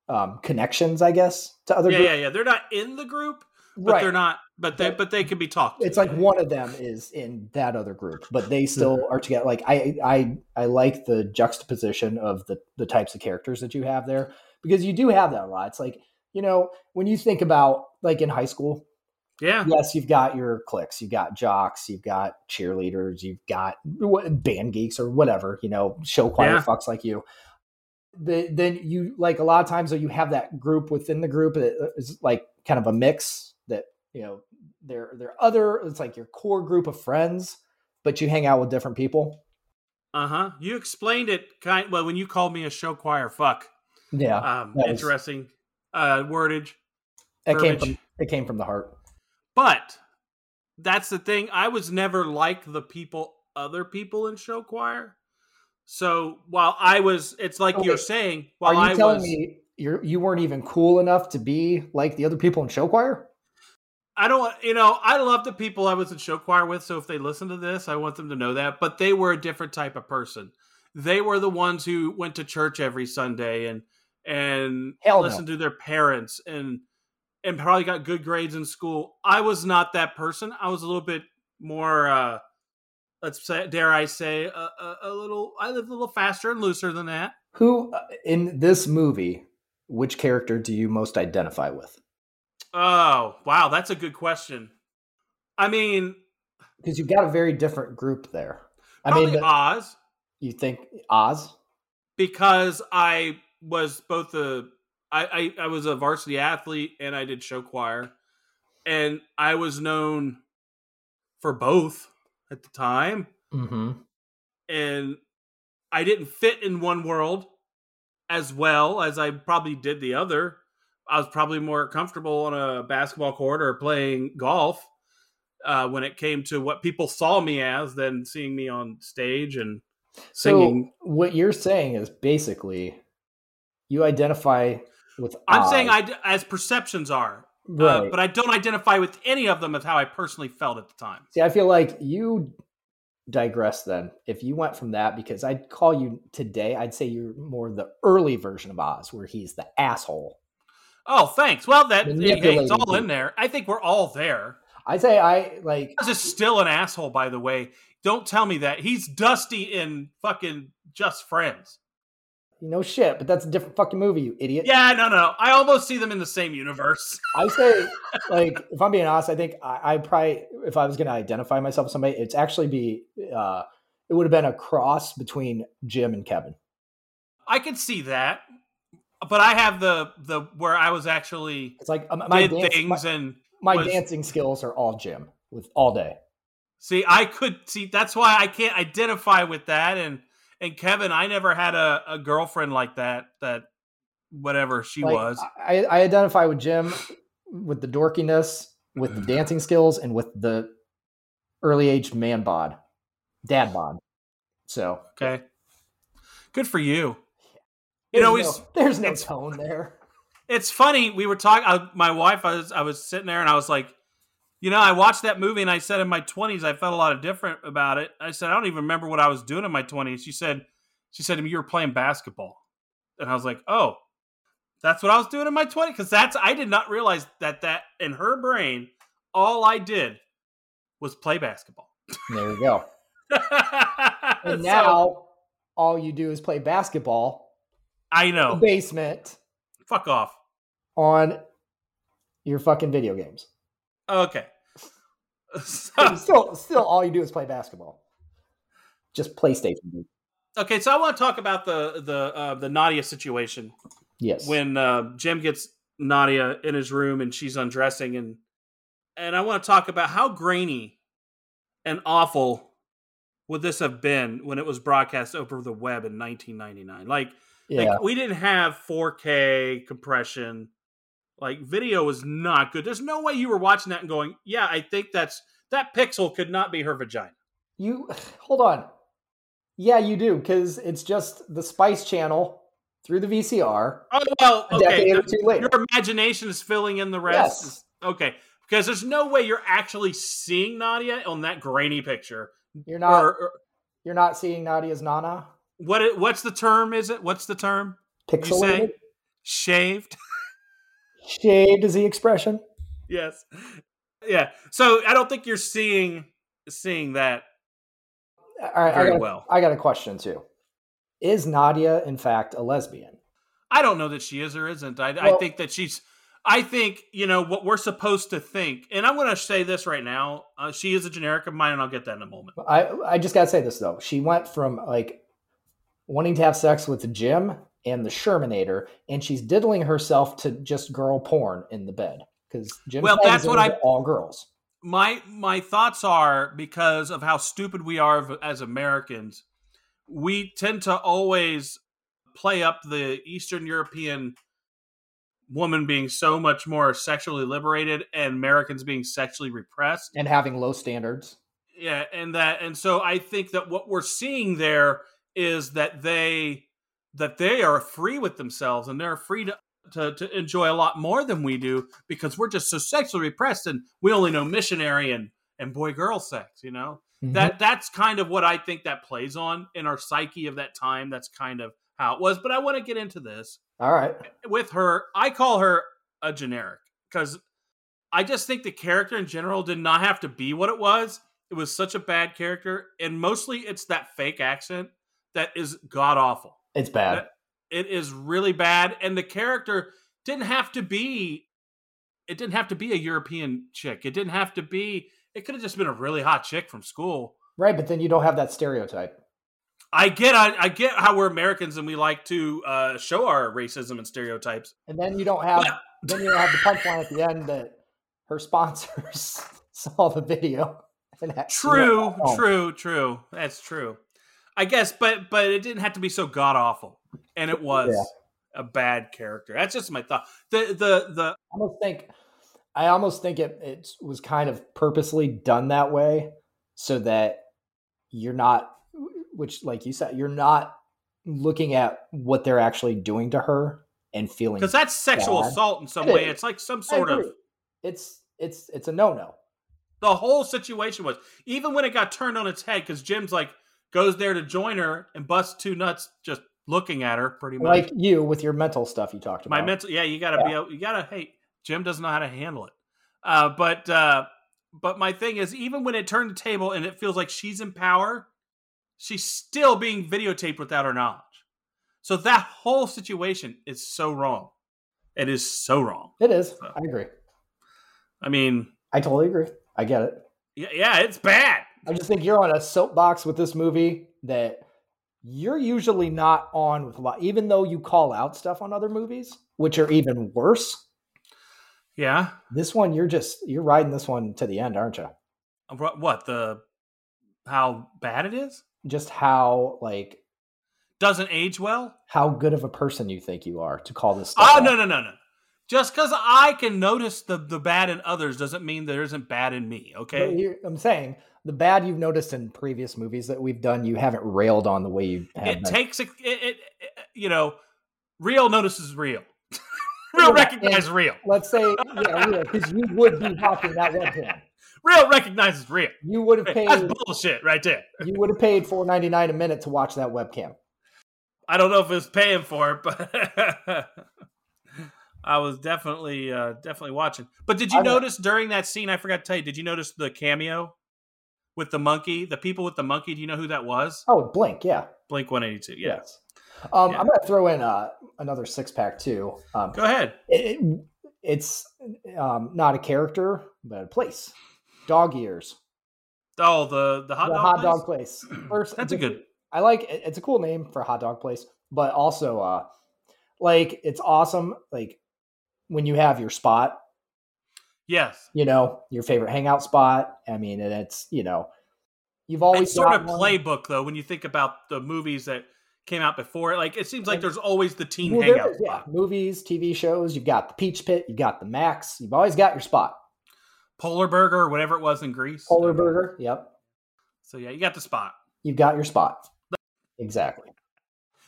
Speaker 2: um, connections, I guess, to other
Speaker 1: Yeah,
Speaker 2: groups.
Speaker 1: yeah, yeah. They're not in the group, but
Speaker 2: right.
Speaker 1: they're not. But they,
Speaker 2: But-
Speaker 1: but they can be talked. to.
Speaker 2: it's like one of them is in that other group, but they still are together. Like I, I, I like the juxtaposition of the the types of characters that you have there because you do have that a lot. It's like you know when you think about like in high school,
Speaker 1: yeah,
Speaker 2: yes, you've got your cliques, you've got jocks, you've got cheerleaders, you've got wha- band geeks or whatever, you know, show choir
Speaker 1: Yeah.
Speaker 2: fucks like you. The, then you like a lot of times though, you have that group within the group that uh, is like kind of a mix that you know they're they're other it's like your core group of friends but you hang out with different people
Speaker 1: uh huh. You explained it kind. Well, when you called me a show choir, fuck.
Speaker 2: yeah
Speaker 1: Um,
Speaker 2: Ah, that was-
Speaker 1: interesting uh, wordage.
Speaker 2: it came
Speaker 1: verbiage.
Speaker 2: from it came from the heart
Speaker 1: But that's the thing. I was never like the people, other people in show choir. So while I was, it's like
Speaker 2: So
Speaker 1: you're
Speaker 2: wait,
Speaker 1: saying. While
Speaker 2: are you
Speaker 1: I
Speaker 2: telling
Speaker 1: was,
Speaker 2: me you're you weren't even cool enough to be like the other people in show choir
Speaker 1: I don't, you know, I love the people I was in show choir with. So if they listen to this, I want them to know that. But they were a different type of person. They were the ones who went to church every Sunday and and
Speaker 2: Hell no.
Speaker 1: listened to their parents and and probably got good grades in school. I was not that person. I was a little bit more, uh, let's say, dare I say, a, a, a little. I lived a little faster and looser than that.
Speaker 2: Who uh, in this movie, which character do you most identify with?
Speaker 1: Oh wow, that's a good question. I mean,
Speaker 2: Because you've got a very different group there. I
Speaker 1: probably
Speaker 2: mean, but
Speaker 1: Oz.
Speaker 2: you think Oz?
Speaker 1: because I was both a I, I I was a varsity athlete and I did show choir, and I was known for both at the time,
Speaker 2: Mm-hmm.
Speaker 1: and I didn't fit in one world as well as I probably did the other. I was probably more comfortable on a basketball court or playing golf uh, when it came to what people saw me as than seeing me on stage and singing.
Speaker 2: So what you're saying is basically you identify with
Speaker 1: I'm saying
Speaker 2: Oz.
Speaker 1: I, as perceptions are, uh,
Speaker 2: Uh, Right.
Speaker 1: but I don't identify with any of them as how I personally felt at the time.
Speaker 2: See, I feel like you digress then if you went from that because I'd call you today, I'd say you're more the early version of Oz where he's the asshole.
Speaker 1: Oh, thanks. Well, that hey, it's
Speaker 2: Manipulating
Speaker 1: all in
Speaker 2: people.
Speaker 1: there. I think we're all there.
Speaker 2: I'd say I like
Speaker 1: Oz is still an asshole, by the way. Don't tell me that he's Dusty in fucking Just Friends.
Speaker 2: no shit, but that's a different fucking movie, you idiot.
Speaker 1: Yeah, no, no. I almost see them in the same universe.
Speaker 2: I say, like, if I'm being honest, I think I, I probably, if I was going to identify myself with somebody, it's actually be, uh, it would have been a cross between Jim and Kevin.
Speaker 1: I could see that, but I have the the where I was actually
Speaker 2: It's like um, my,
Speaker 1: did
Speaker 2: dance,
Speaker 1: things
Speaker 2: my,
Speaker 1: and
Speaker 2: my
Speaker 1: was-
Speaker 2: dancing skills are all Jim with all day.
Speaker 1: See, I could see that's why I can't identify with that and and Kevin, I never had a, a girlfriend like that that whatever she
Speaker 2: Like,
Speaker 1: was.
Speaker 2: I, I identify with Jim with the dorkiness, with the dancing skills, and with the early age man bod, dad bod. So
Speaker 1: Okay. Good for you. You know,
Speaker 2: there's
Speaker 1: it's
Speaker 2: no, there's no
Speaker 1: it's-
Speaker 2: tone there.
Speaker 1: it's funny. We were talking. My wife, I was, I was sitting there, and I was like, you know, I watched that movie, and I said in my twenties, I felt a lot of different about it. I said, I don't even remember what I was doing in my twenties. She said, she said to me, you were playing basketball, and I was like, oh, that's what I was doing in my twenties, because that's I did not realize that that in her brain, all I did was play basketball.
Speaker 2: There you go.
Speaker 1: So,
Speaker 2: And now all you do is play basketball
Speaker 1: I
Speaker 2: in the
Speaker 1: know.
Speaker 2: basement
Speaker 1: Fuck off.
Speaker 2: on your fucking video games.
Speaker 1: Okay.
Speaker 2: But
Speaker 1: So-
Speaker 2: still, still, all you do is play basketball. Just PlayStation.
Speaker 1: Okay, so I want to talk about the the uh, the Nadia situation
Speaker 2: Yes.
Speaker 1: when uh, Jim gets Nadia in his room and she's undressing and and I want to talk about how grainy and awful would this have been when it was broadcast over the web in 1999. Like,
Speaker 2: yeah.
Speaker 1: like we didn't have 4K compression. Like video was not good. There's no way you were watching that and going, "Yeah, I think that's that pixel could not be her vagina."
Speaker 2: You hold on. Yeah, you do because it's just the Spice Channel through the VCR.
Speaker 1: Oh well,
Speaker 2: A
Speaker 1: okay.
Speaker 2: decade or two later.
Speaker 1: Your imagination is filling in the rest.
Speaker 2: Yes.
Speaker 1: Okay, because there's no way you're actually seeing Nadia on that grainy picture.
Speaker 2: You're not.
Speaker 1: or, or
Speaker 2: you're not seeing Nadia's Nana
Speaker 1: what? It, what's the term? Is it? What's the term? You say
Speaker 2: pixelated.
Speaker 1: shaved?
Speaker 2: Shaved is the expression.
Speaker 1: yes. Yeah. So I don't think you're seeing seeing that
Speaker 2: All right. I
Speaker 1: very
Speaker 2: got, a-
Speaker 1: well.
Speaker 2: I got a question too. Is Nadia in fact a lesbian?
Speaker 1: I don't know that she is or isn't. I, I
Speaker 2: Well-
Speaker 1: think that she's. I think you know what we're supposed to think, and I'm going to say this right now. Uh, she is a generic of mine, and I'll get that in a moment.
Speaker 2: I I just gotta say this though. She went from like wanting to have sex with Jim and the Shermanator, and she's diddling herself to just girl porn in the bed because Jim's
Speaker 1: Well, that's what
Speaker 2: magazines
Speaker 1: I-
Speaker 2: are all girls.
Speaker 1: my my thoughts are because of how stupid we are of- as Americans, we tend to always play up the Eastern European woman being so much more sexually liberated and Americans being sexually repressed.
Speaker 2: and having low standards.
Speaker 1: Yeah, and that and so I think that what we're seeing there is that they that they are free with themselves and they're free to to, to enjoy a lot more than we do because we're just so sexually repressed and we only know missionary and and boy girl sex, you know? That that's kind of what I think that plays on in our psyche of that time. That's kind of how it was. But I want to get into this
Speaker 2: all right.
Speaker 1: with her, I call her a generic because I just think the character in general did not have to be what it was. It was such a bad character, and mostly it's that fake accent that is god awful.
Speaker 2: It's bad.
Speaker 1: It is really bad, and the character didn't have to be. It didn't have to be a European chick. It didn't have to be. It could have just been a really hot chick from school.
Speaker 2: Right, but then you don't have that stereotype.
Speaker 1: I get. I, I get how we're Americans and we like to uh, show our racism and stereotypes.
Speaker 2: And then you don't have
Speaker 1: Well-
Speaker 2: then you don't have the punchline at the end that her sponsors saw the video. And had-
Speaker 1: True,
Speaker 2: Oh.
Speaker 1: true, true. That's true. I guess, but but it didn't have to be so god awful, and it was. a bad character. That's just my thought. The the the
Speaker 2: I almost think I almost think it, it was kind of purposely done that way so that you're not which like you said, you're not looking at what they're actually doing to her and feeling
Speaker 1: because that's sexual
Speaker 2: bad.
Speaker 1: assault in some
Speaker 2: It
Speaker 1: way.
Speaker 2: is.
Speaker 1: It's like some
Speaker 2: I
Speaker 1: sort of
Speaker 2: agree. it's it's it's a no no.
Speaker 1: the whole situation was even when it got turned on its head because Jim's like goes there to join her and busts two nuts just looking at her pretty much.
Speaker 2: Like you with your mental stuff you talked about.
Speaker 1: my mental yeah you gotta be able- you gotta hey jim doesn't know how to handle it uh but uh but my thing is even when it turned the table and it feels like she's in power she's still being videotaped without her knowledge so that whole situation is so wrong it is so wrong
Speaker 2: It is.
Speaker 1: So.
Speaker 2: I agree.
Speaker 1: i mean
Speaker 2: I totally agree. I get it.
Speaker 1: yeah, yeah it's bad
Speaker 2: I just think you're on a soapbox with this movie that you're usually not on with a lot, even though you call out stuff on other movies, which are even worse.
Speaker 1: yeah
Speaker 2: This one, you're just you're riding this one to the end, aren't you?
Speaker 1: what, what the how bad it is
Speaker 2: Just how like
Speaker 1: doesn't age well
Speaker 2: how good of a person you think you are to call this stuff.
Speaker 1: Oh
Speaker 2: out.
Speaker 1: no no no no! Just because I can notice the the bad in others doesn't mean there isn't bad in me.
Speaker 2: But
Speaker 1: Okay,
Speaker 2: you- I'm saying the bad you've noticed in previous movies that we've done, you haven't railed on the way you have.
Speaker 1: it
Speaker 2: been.
Speaker 1: takes a, it, it, it- you know, real notices real, real
Speaker 2: Yeah,
Speaker 1: recognizes real,
Speaker 2: Let's say, yeah, because you would be hopping that webcam.
Speaker 1: real recognizes real.
Speaker 2: You would have paid.
Speaker 1: That's bullshit right there.
Speaker 2: you would have paid four ninety nine a minute to watch that webcam.
Speaker 1: I don't know if it's paying for it, but I was definitely uh, definitely watching. But did you
Speaker 2: I'm not-
Speaker 1: notice during that scene? I forgot to tell you. Did you notice the cameo with the monkey? The people with the monkey. Do you know who that was?
Speaker 2: Oh, Blink, yeah,
Speaker 1: Blink One Eighty Two. Yeah.
Speaker 2: yes. Um,
Speaker 1: Yeah.
Speaker 2: I'm gonna throw in uh, another six pack too. Um,
Speaker 1: Go ahead.
Speaker 2: it, it- it's um, not a character, but a place. Dog ears,
Speaker 1: Oh, the the hot
Speaker 2: the
Speaker 1: dog.
Speaker 2: hot
Speaker 1: place?
Speaker 2: dog place. First,
Speaker 1: That's a good.
Speaker 2: I like it- it's a cool name for a hot dog place, but also uh, like it's awesome. Like when you have your spot
Speaker 1: Yes,
Speaker 2: you know, your favorite hangout spot. I mean, and it's, you know, you've always
Speaker 1: it's sort
Speaker 2: got
Speaker 1: of
Speaker 2: one.
Speaker 1: playbook though. When you think about the movies that came out before, it, like it seems like
Speaker 2: And-
Speaker 1: there's always the teen
Speaker 2: Well, there
Speaker 1: hangout.
Speaker 2: is, yeah,
Speaker 1: spot.
Speaker 2: movies, TV shows. You've got the Peach Pit, you've got the Max. You've always got your spot.
Speaker 1: Polar Burger or whatever it was in Greece.
Speaker 2: Polar Burger. Yep.
Speaker 1: So yeah, you got the spot.
Speaker 2: You've got your spot. Exactly.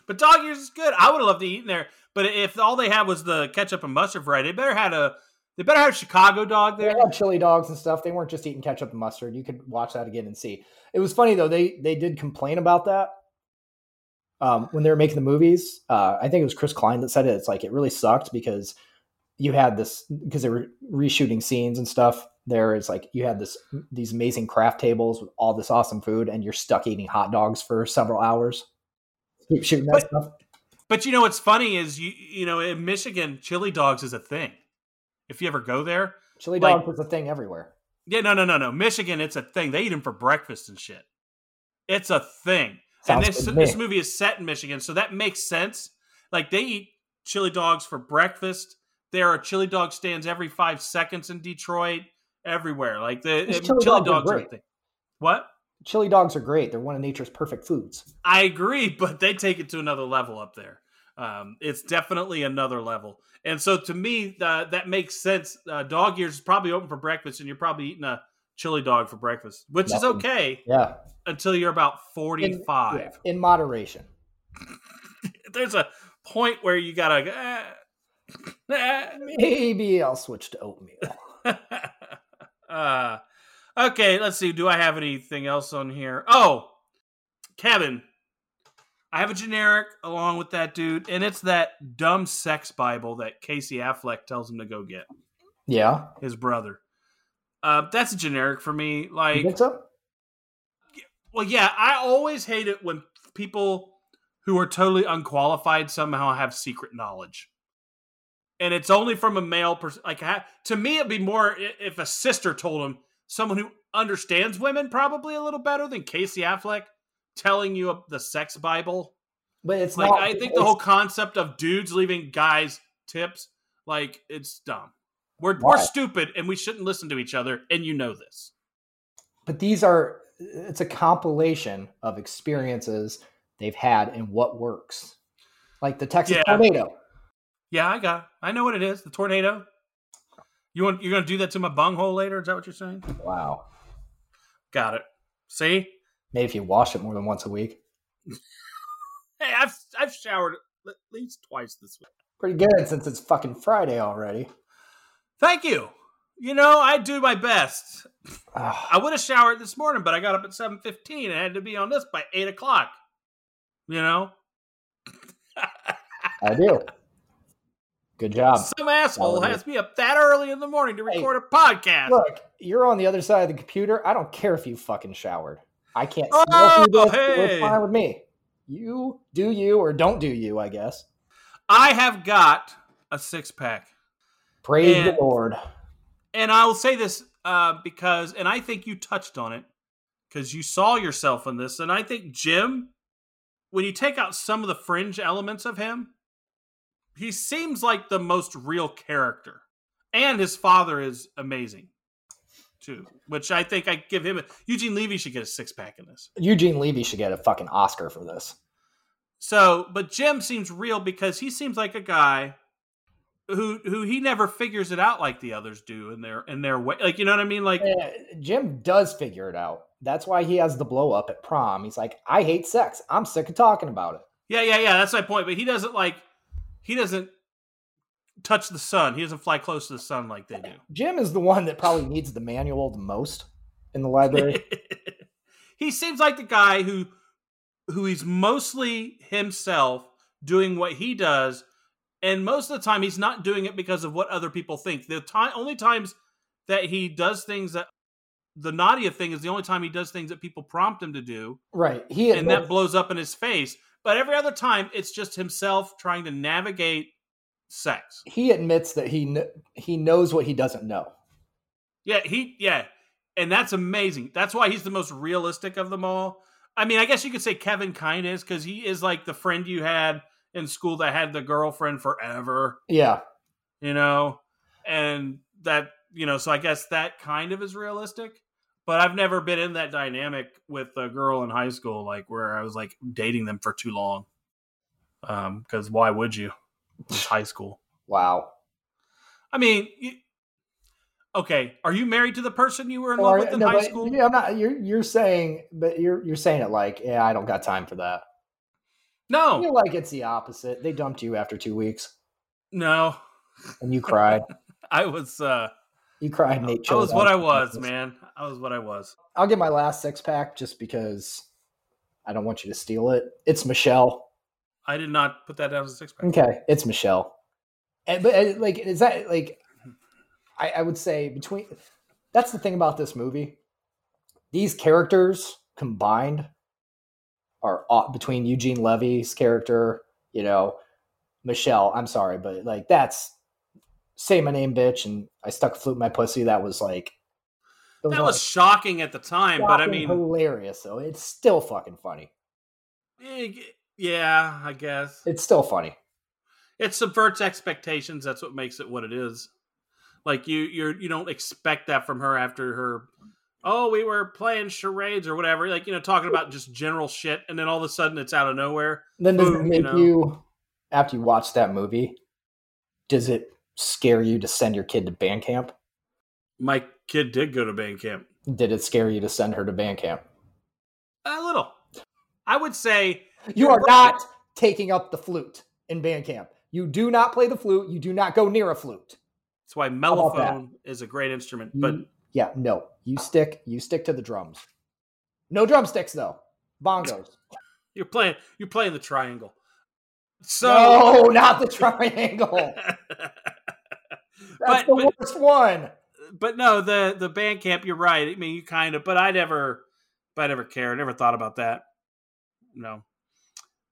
Speaker 1: But dog ears is good. I would have loved to eat in there. But if all they had was the ketchup and mustard variety, they better had a they better have Chicago dog
Speaker 2: They
Speaker 1: there.
Speaker 2: had chili dogs and stuff. They weren't just eating ketchup and mustard. You could watch that again and see. It was funny though. They they did complain about that um, when they were making the movies. Uh, I think it was Chris Klein that said it. It's like it really sucked because you had this because they were reshooting scenes and stuff. There is like you had this these amazing craft tables with all this awesome food, and you're stuck eating hot dogs for several hours. Keep shooting that stuff.
Speaker 1: But you know what's funny is you you know in Michigan, chili dogs is a thing. If you ever go there,
Speaker 2: Chili
Speaker 1: like-
Speaker 2: dogs was a thing everywhere.
Speaker 1: yeah, no, no, no, no. Michigan, it's a thing. They eat them for breakfast and shit. It's a thing. and
Speaker 2: Sounds
Speaker 1: this
Speaker 2: good to me.
Speaker 1: this movie is set in Michigan, so that makes sense. Like they eat chili dogs for breakfast. There are chili dog stands every five seconds in Detroit, everywhere. Like the
Speaker 2: These
Speaker 1: it- chili,
Speaker 2: chili dogs are
Speaker 1: dogs are a
Speaker 2: great.
Speaker 1: thing. What?
Speaker 2: Chili dogs are great. They're one of nature's perfect foods.
Speaker 1: I agree, but they take it to another level up there. Um, it's definitely another level, and so to me, uh, that makes sense. Uh, dog ears is probably open for breakfast, and you're probably eating a chili dog for breakfast, which is
Speaker 2: Nothing.
Speaker 1: okay
Speaker 2: Yeah,
Speaker 1: until you're about forty-five.
Speaker 2: Yeah. in moderation.
Speaker 1: There's a point where you gotta. go, "Ah, ah."
Speaker 2: Maybe I'll switch to oatmeal.
Speaker 1: uh, okay, let's see. Do I have anything else on here? Oh, Kevin. I have a generic along with that dude, and it's that dumb sex Bible that Casey Affleck tells him to go get
Speaker 2: Yeah.
Speaker 1: his brother. Uh, that's a generic for me.
Speaker 2: You
Speaker 1: Like,
Speaker 2: think so?
Speaker 1: well, yeah, I always hate it when people who are totally unqualified somehow have secret knowledge. And it's only from a male person. Like, ha- to me, it'd be more i- if a sister told him, someone who understands women probably a little better than Casey Affleck telling you a- the sex Bible.
Speaker 2: But it's
Speaker 1: Like,
Speaker 2: not.
Speaker 1: I think the whole concept of dudes leaving guys tips, like, it's dumb. We're, we're
Speaker 2: Why?
Speaker 1: stupid and we shouldn't listen to each other. And you know this.
Speaker 2: But these are. It's a compilation of experiences they've had and what works. Like the Texas
Speaker 1: Yeah.
Speaker 2: tornado.
Speaker 1: Yeah, I got. It. I know what it is. The tornado. You want? You're gonna do that to my bunghole later? Is that what you're saying?
Speaker 2: Wow.
Speaker 1: Got it. See?
Speaker 2: Maybe if you wash it more than once a week.
Speaker 1: Hey, I've I've showered at least twice this week.
Speaker 2: Pretty good since it's fucking Friday already.
Speaker 1: Thank you. You know, I do my best.
Speaker 2: Ah,
Speaker 1: I would have showered this morning, but I got up at seven fifteen and had to be on this by eight o'clock. You know,
Speaker 2: I do. Good job.
Speaker 1: some asshole
Speaker 2: Holiday.
Speaker 1: has me up that early in the morning to
Speaker 2: Um, Hey,
Speaker 1: record a podcast.
Speaker 2: Look, you're on the other side of the computer. I don't care if you fucking showered. I can't smell
Speaker 1: Oh,
Speaker 2: through this.
Speaker 1: hey.
Speaker 2: It's fine with me. You do you or don't do you, I guess.
Speaker 1: I have got a six pack.
Speaker 2: Praise the
Speaker 1: And-
Speaker 2: Lord.
Speaker 1: and I will say this uh, because, and I think you touched on it because you saw yourself in this, and I think Jim, when you take out some of the fringe elements of him, he seems like the most real character, and his father is amazing too, which I think I give him. A, Eugene Levy should get a six pack in this.
Speaker 2: Eugene Levy should get a fucking Oscar for this.
Speaker 1: So, but Jim seems real because he seems like a guy who who he never figures it out like the others do in their in their way. Like you know what I mean? Like
Speaker 2: Yeah, Uh, Jim does figure it out. That's why he has the blow up at prom. He's like, I hate sex. I'm sick of talking about it.
Speaker 1: Yeah, yeah, yeah. That's my point. But he doesn't like he doesn't touch the sun. He doesn't fly close to the sun like they do.
Speaker 2: Jim is the one that probably needs the manual the most in the library.
Speaker 1: he seems like the guy who who is mostly himself doing what he does, and most of the time he's not doing it because of what other people think. The time only times that he does things that the Nadia thing is the only time he does things that people prompt him to do.
Speaker 2: right. He
Speaker 1: and that
Speaker 2: admits-
Speaker 1: blows up in his face. But every other time, it's just himself trying to navigate sex.
Speaker 2: he admits that he kn- he knows what he doesn't know.
Speaker 1: Yeah, he yeah, and that's amazing. That's why he's the most realistic of them all. I mean, I guess you could say Kevin kind is because he is like the friend you had in school that had the girlfriend forever,
Speaker 2: Yeah.
Speaker 1: you know, and that you know. So I guess that kind of is realistic. But I've never been in that dynamic with a girl in high school, like where I was like dating them for too long. Um, because why would you? It's high school.
Speaker 2: Wow.
Speaker 1: I mean, you, okay, are you married to the person you were in
Speaker 2: So
Speaker 1: love
Speaker 2: are-
Speaker 1: with in
Speaker 2: no,
Speaker 1: high
Speaker 2: but-
Speaker 1: school?
Speaker 2: yeah, I'm not. You're you're saying, but you're you're saying it like, yeah, I don't got time for that. I feel
Speaker 1: No,
Speaker 2: like it's the opposite. They dumped you after two weeks,
Speaker 1: no,
Speaker 2: and you cried.
Speaker 1: I was, uh,
Speaker 2: you cried. Nate.
Speaker 1: I was
Speaker 2: Chilbell.
Speaker 1: what I was, man. I was what I was.
Speaker 2: I'll get my last six pack just because I don't want you to steal it. It's Michelle.
Speaker 1: I did not put that down as a six pack.
Speaker 2: Okay, it's Michelle. And, but uh, like, is that like? I, I would say between. That's the thing about this movie. These characters combined are aw- between Eugene Levy's character, you know, Michelle. I'm sorry, but like that's say my name, bitch, and I stuck a flute in my pussy. That was like those
Speaker 1: That
Speaker 2: are,
Speaker 1: was shocking at the time,
Speaker 2: like,
Speaker 1: but I
Speaker 2: fucking
Speaker 1: mean,
Speaker 2: hilarious. Though it's still fucking funny.
Speaker 1: eh, yeah, I guess
Speaker 2: It's still funny.
Speaker 1: it subverts expectations. That's what makes it what it is. Like you, you're you don't expect that from her after her. Oh, we were playing charades or whatever. Like you know, talking about just general shit, and then all of a sudden it's out of nowhere.
Speaker 2: Then does
Speaker 1: Boom,
Speaker 2: it
Speaker 1: you
Speaker 2: make you,
Speaker 1: know.
Speaker 2: after you watch that movie, does it scare you to send your kid to band camp?
Speaker 1: My kid did go to band camp.
Speaker 2: Did it scare you to send her to band camp?
Speaker 1: A little. I would say
Speaker 2: You
Speaker 1: You're
Speaker 2: are
Speaker 1: right.
Speaker 2: not taking up the flute in band camp. You do not play the flute. You do not go near a flute.
Speaker 1: that's why
Speaker 2: about that? Mm-hmm.
Speaker 1: mellophone is a great instrument, but
Speaker 2: You- yeah, no. You stick. You stick to the drums. No drumsticks though. Bongos.
Speaker 1: you're playing you're playing the triangle. So
Speaker 2: No, not the triangle. That's
Speaker 1: But-
Speaker 2: the
Speaker 1: but-
Speaker 2: worst one.
Speaker 1: but no, the the band camp, you're right. I mean you kind of but I never but I never cared, never thought about that. No.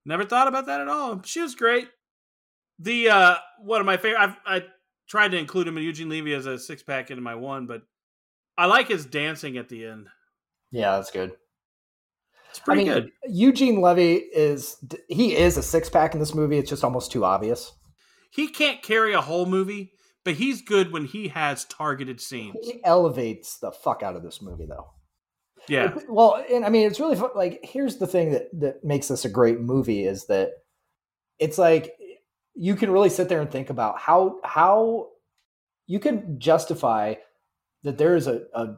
Speaker 1: Never thought about that at all. She was great. The uh one of my favorite I've I tried to include him in Eugene Levy as a six pack into my one, but I like his dancing at the end.
Speaker 2: Yeah, that's good.
Speaker 1: It's pretty
Speaker 2: I mean,
Speaker 1: good.
Speaker 2: Eugene Levy is he is a six pack in this movie. It's just almost too obvious.
Speaker 1: he can't carry a whole movie, but he's good when he has targeted scenes.
Speaker 2: He elevates the fuck out of this movie, though.
Speaker 1: Yeah.
Speaker 2: Well, and I mean, it's really fu- like here's the thing that that makes this a great movie is that it's like you can really sit there and think about how how you can justify that there is a, a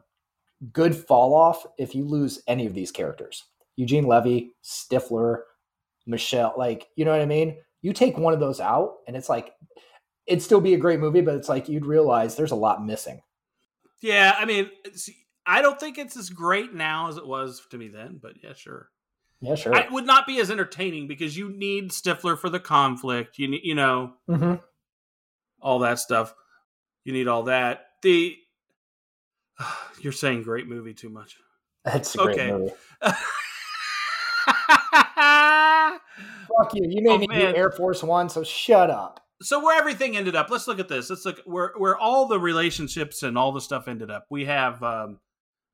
Speaker 2: good fall off if you lose any of these characters. Eugene Levy, Stifler, Michelle, like, you know what I mean? You take one of those out and it's like it'd still be a great movie, but it's like you'd realize there's a lot missing.
Speaker 1: Yeah, I mean, see, I don't think it's as great now as it was to me then, but yeah, sure.
Speaker 2: Yeah, sure.
Speaker 1: It would not be as entertaining because you need Stifler for the conflict. You need, you know,
Speaker 2: mm-hmm.
Speaker 1: all that stuff. You need all that. The you're saying great movie too much.
Speaker 2: That's a great
Speaker 1: Okay.
Speaker 2: movie.
Speaker 1: so
Speaker 2: Fuck you. You made
Speaker 1: Oh,
Speaker 2: me
Speaker 1: man.
Speaker 2: do Air Force One, so shut up.
Speaker 1: where everything ended up, let's look at this. Let's look where where all the relationships and all the stuff ended up. We have um,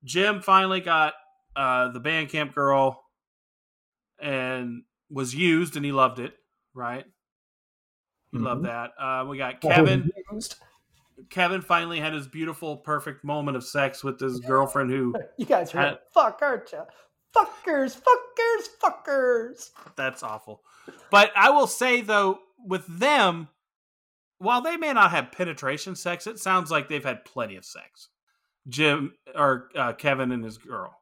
Speaker 1: Jim finally got uh, the band camp girl and was used, and he loved it. Right, he loved that. Uh, we got Kevin. Kevin finally had his beautiful, perfect moment of sex with his girlfriend who
Speaker 2: You guys are
Speaker 1: Uh,
Speaker 2: fuck, aren't you? Fuckers, fuckers, fuckers.
Speaker 1: that's awful. But I will say though, with them, while they may not have penetration sex, it sounds like they've had plenty of sex. Jim or uh, Kevin and his girl.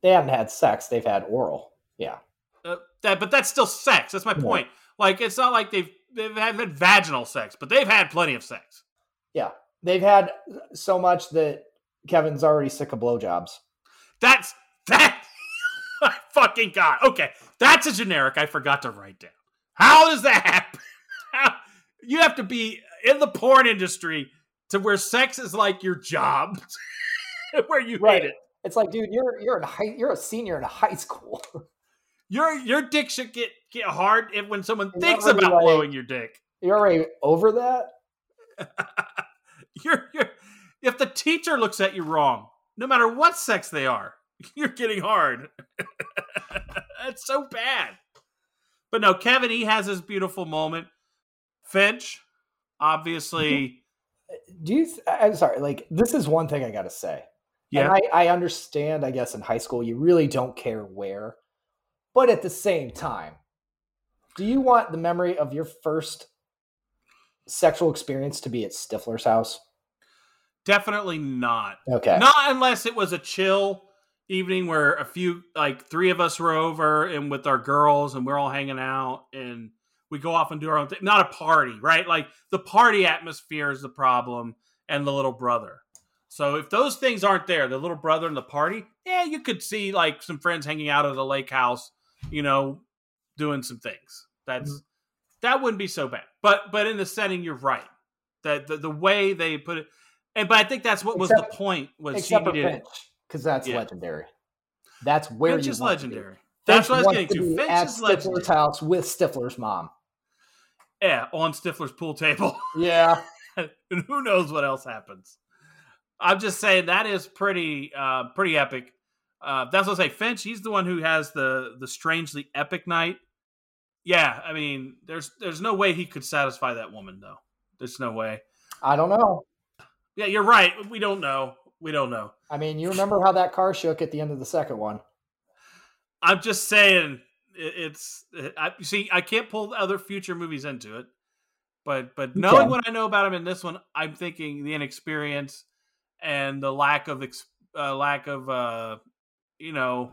Speaker 2: They haven't had sex. They've had oral. Yeah.
Speaker 1: Uh, that, but that's still sex. That's my
Speaker 2: Yeah.
Speaker 1: point. Like it's not like they've they've haven't had vaginal sex, but they've had plenty of sex.
Speaker 2: Yeah. They've had so much that Kevin's already sick of blowjobs.
Speaker 1: That's that. my fucking god. Okay, that's a generic I forgot to write down. How does that happen? How, you have to be in the porn industry to where sex is like your job, where you
Speaker 2: Right.
Speaker 1: hate it.
Speaker 2: It's like, dude, you're you're in high, you're a senior in high school.
Speaker 1: Your your dick should get get hard if when someone
Speaker 2: You're
Speaker 1: thinks
Speaker 2: already
Speaker 1: about
Speaker 2: like-
Speaker 1: blowing your dick.
Speaker 2: You're already over that.
Speaker 1: You're you're if the teacher looks at you wrong, no matter what sex they are, you're getting hard. That's so bad. But no, Kevin, he has his beautiful moment. Finch, obviously,
Speaker 2: Do you? th- I'm sorry. Like, this is one thing I gotta say.
Speaker 1: yeah,
Speaker 2: And I, I understand, I guess, in high school, you really don't care where. But at the same time, do you want the memory of your first sexual experience to be at Stifler's house?
Speaker 1: definitely not.
Speaker 2: Okay.
Speaker 1: Not unless it was a chill evening where a few, like three of us were over and with our girls and we're all hanging out and we go off and do our own thing. Not a party, right? Like the party atmosphere is the problem and the little brother. So if those things aren't there, the little brother and the party, yeah, you could see like some friends hanging out at a lake house, you know, doing some things. That's
Speaker 2: Mm-hmm.
Speaker 1: that wouldn't be so bad. But but in the setting, you're right. That the, the way they put it, and but I think that's what was
Speaker 2: Except-
Speaker 1: the point was she
Speaker 2: Except for
Speaker 1: needed.
Speaker 2: Finch, because that's
Speaker 1: Yeah.
Speaker 2: legendary. That's where
Speaker 1: Finch
Speaker 2: you
Speaker 1: is
Speaker 2: want to be.
Speaker 1: legendary. That's
Speaker 2: Finch
Speaker 1: what I was
Speaker 2: wants
Speaker 1: getting
Speaker 2: to
Speaker 1: to.
Speaker 2: be
Speaker 1: Finch
Speaker 2: at
Speaker 1: is
Speaker 2: Stifler's
Speaker 1: legendary.
Speaker 2: house with Stifler's mom.
Speaker 1: Yeah, on Stifler's pool table.
Speaker 2: Yeah.
Speaker 1: and who knows what else happens. I'm just saying that is pretty uh pretty epic. Uh that's what I say. Finch, he's the one who has the the strangely epic night. Yeah, I mean, there's there's no way he could satisfy that woman though. There's no way.
Speaker 2: I don't know.
Speaker 1: Yeah, you're right. We don't know. We don't know.
Speaker 2: I mean, you remember how that car shook at the end of the second one.
Speaker 1: I'm just saying it, it's. It, I you see. I can't pull other future movies into it, but but
Speaker 2: You
Speaker 1: knowing
Speaker 2: can.
Speaker 1: what I know about him in this one, I'm thinking the inexperience and the lack of ex, uh, lack of uh, you know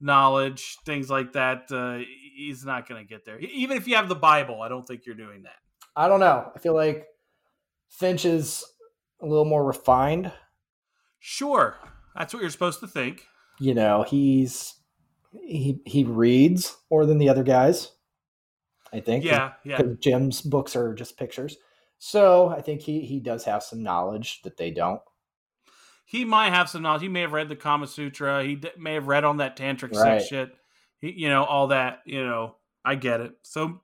Speaker 1: knowledge, things like that. Uh, he- he's not going to get there. E- Even if you have the Bible, I don't think you're doing that.
Speaker 2: I don't know. I feel like Finch is a little more refined.
Speaker 1: Sure, that's what you're supposed to think.
Speaker 2: you know he's he he reads more than the other guys i think
Speaker 1: Yeah, yeah.
Speaker 2: because jim's books are just pictures so i think he he does have some knowledge that they don't
Speaker 1: he might have some knowledge. He may have read the Kama Sutra. He d- may have read on that tantric
Speaker 2: Right.
Speaker 1: sex shit. He, you know, all that. You know, I get it. So,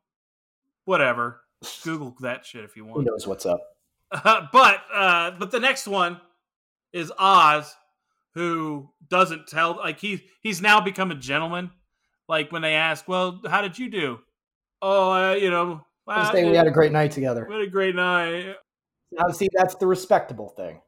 Speaker 1: whatever. Google that shit if you
Speaker 2: who
Speaker 1: want.
Speaker 2: knows what's up
Speaker 1: but uh, but the next one is Oz, who doesn't tell. Like he's he's now become a gentleman. Like when they ask, "Well, how did you do?" Oh, uh, you know,
Speaker 2: Let's
Speaker 1: "Well,
Speaker 2: say we had a great night together
Speaker 1: we had a great night.
Speaker 2: now see that's the respectable thing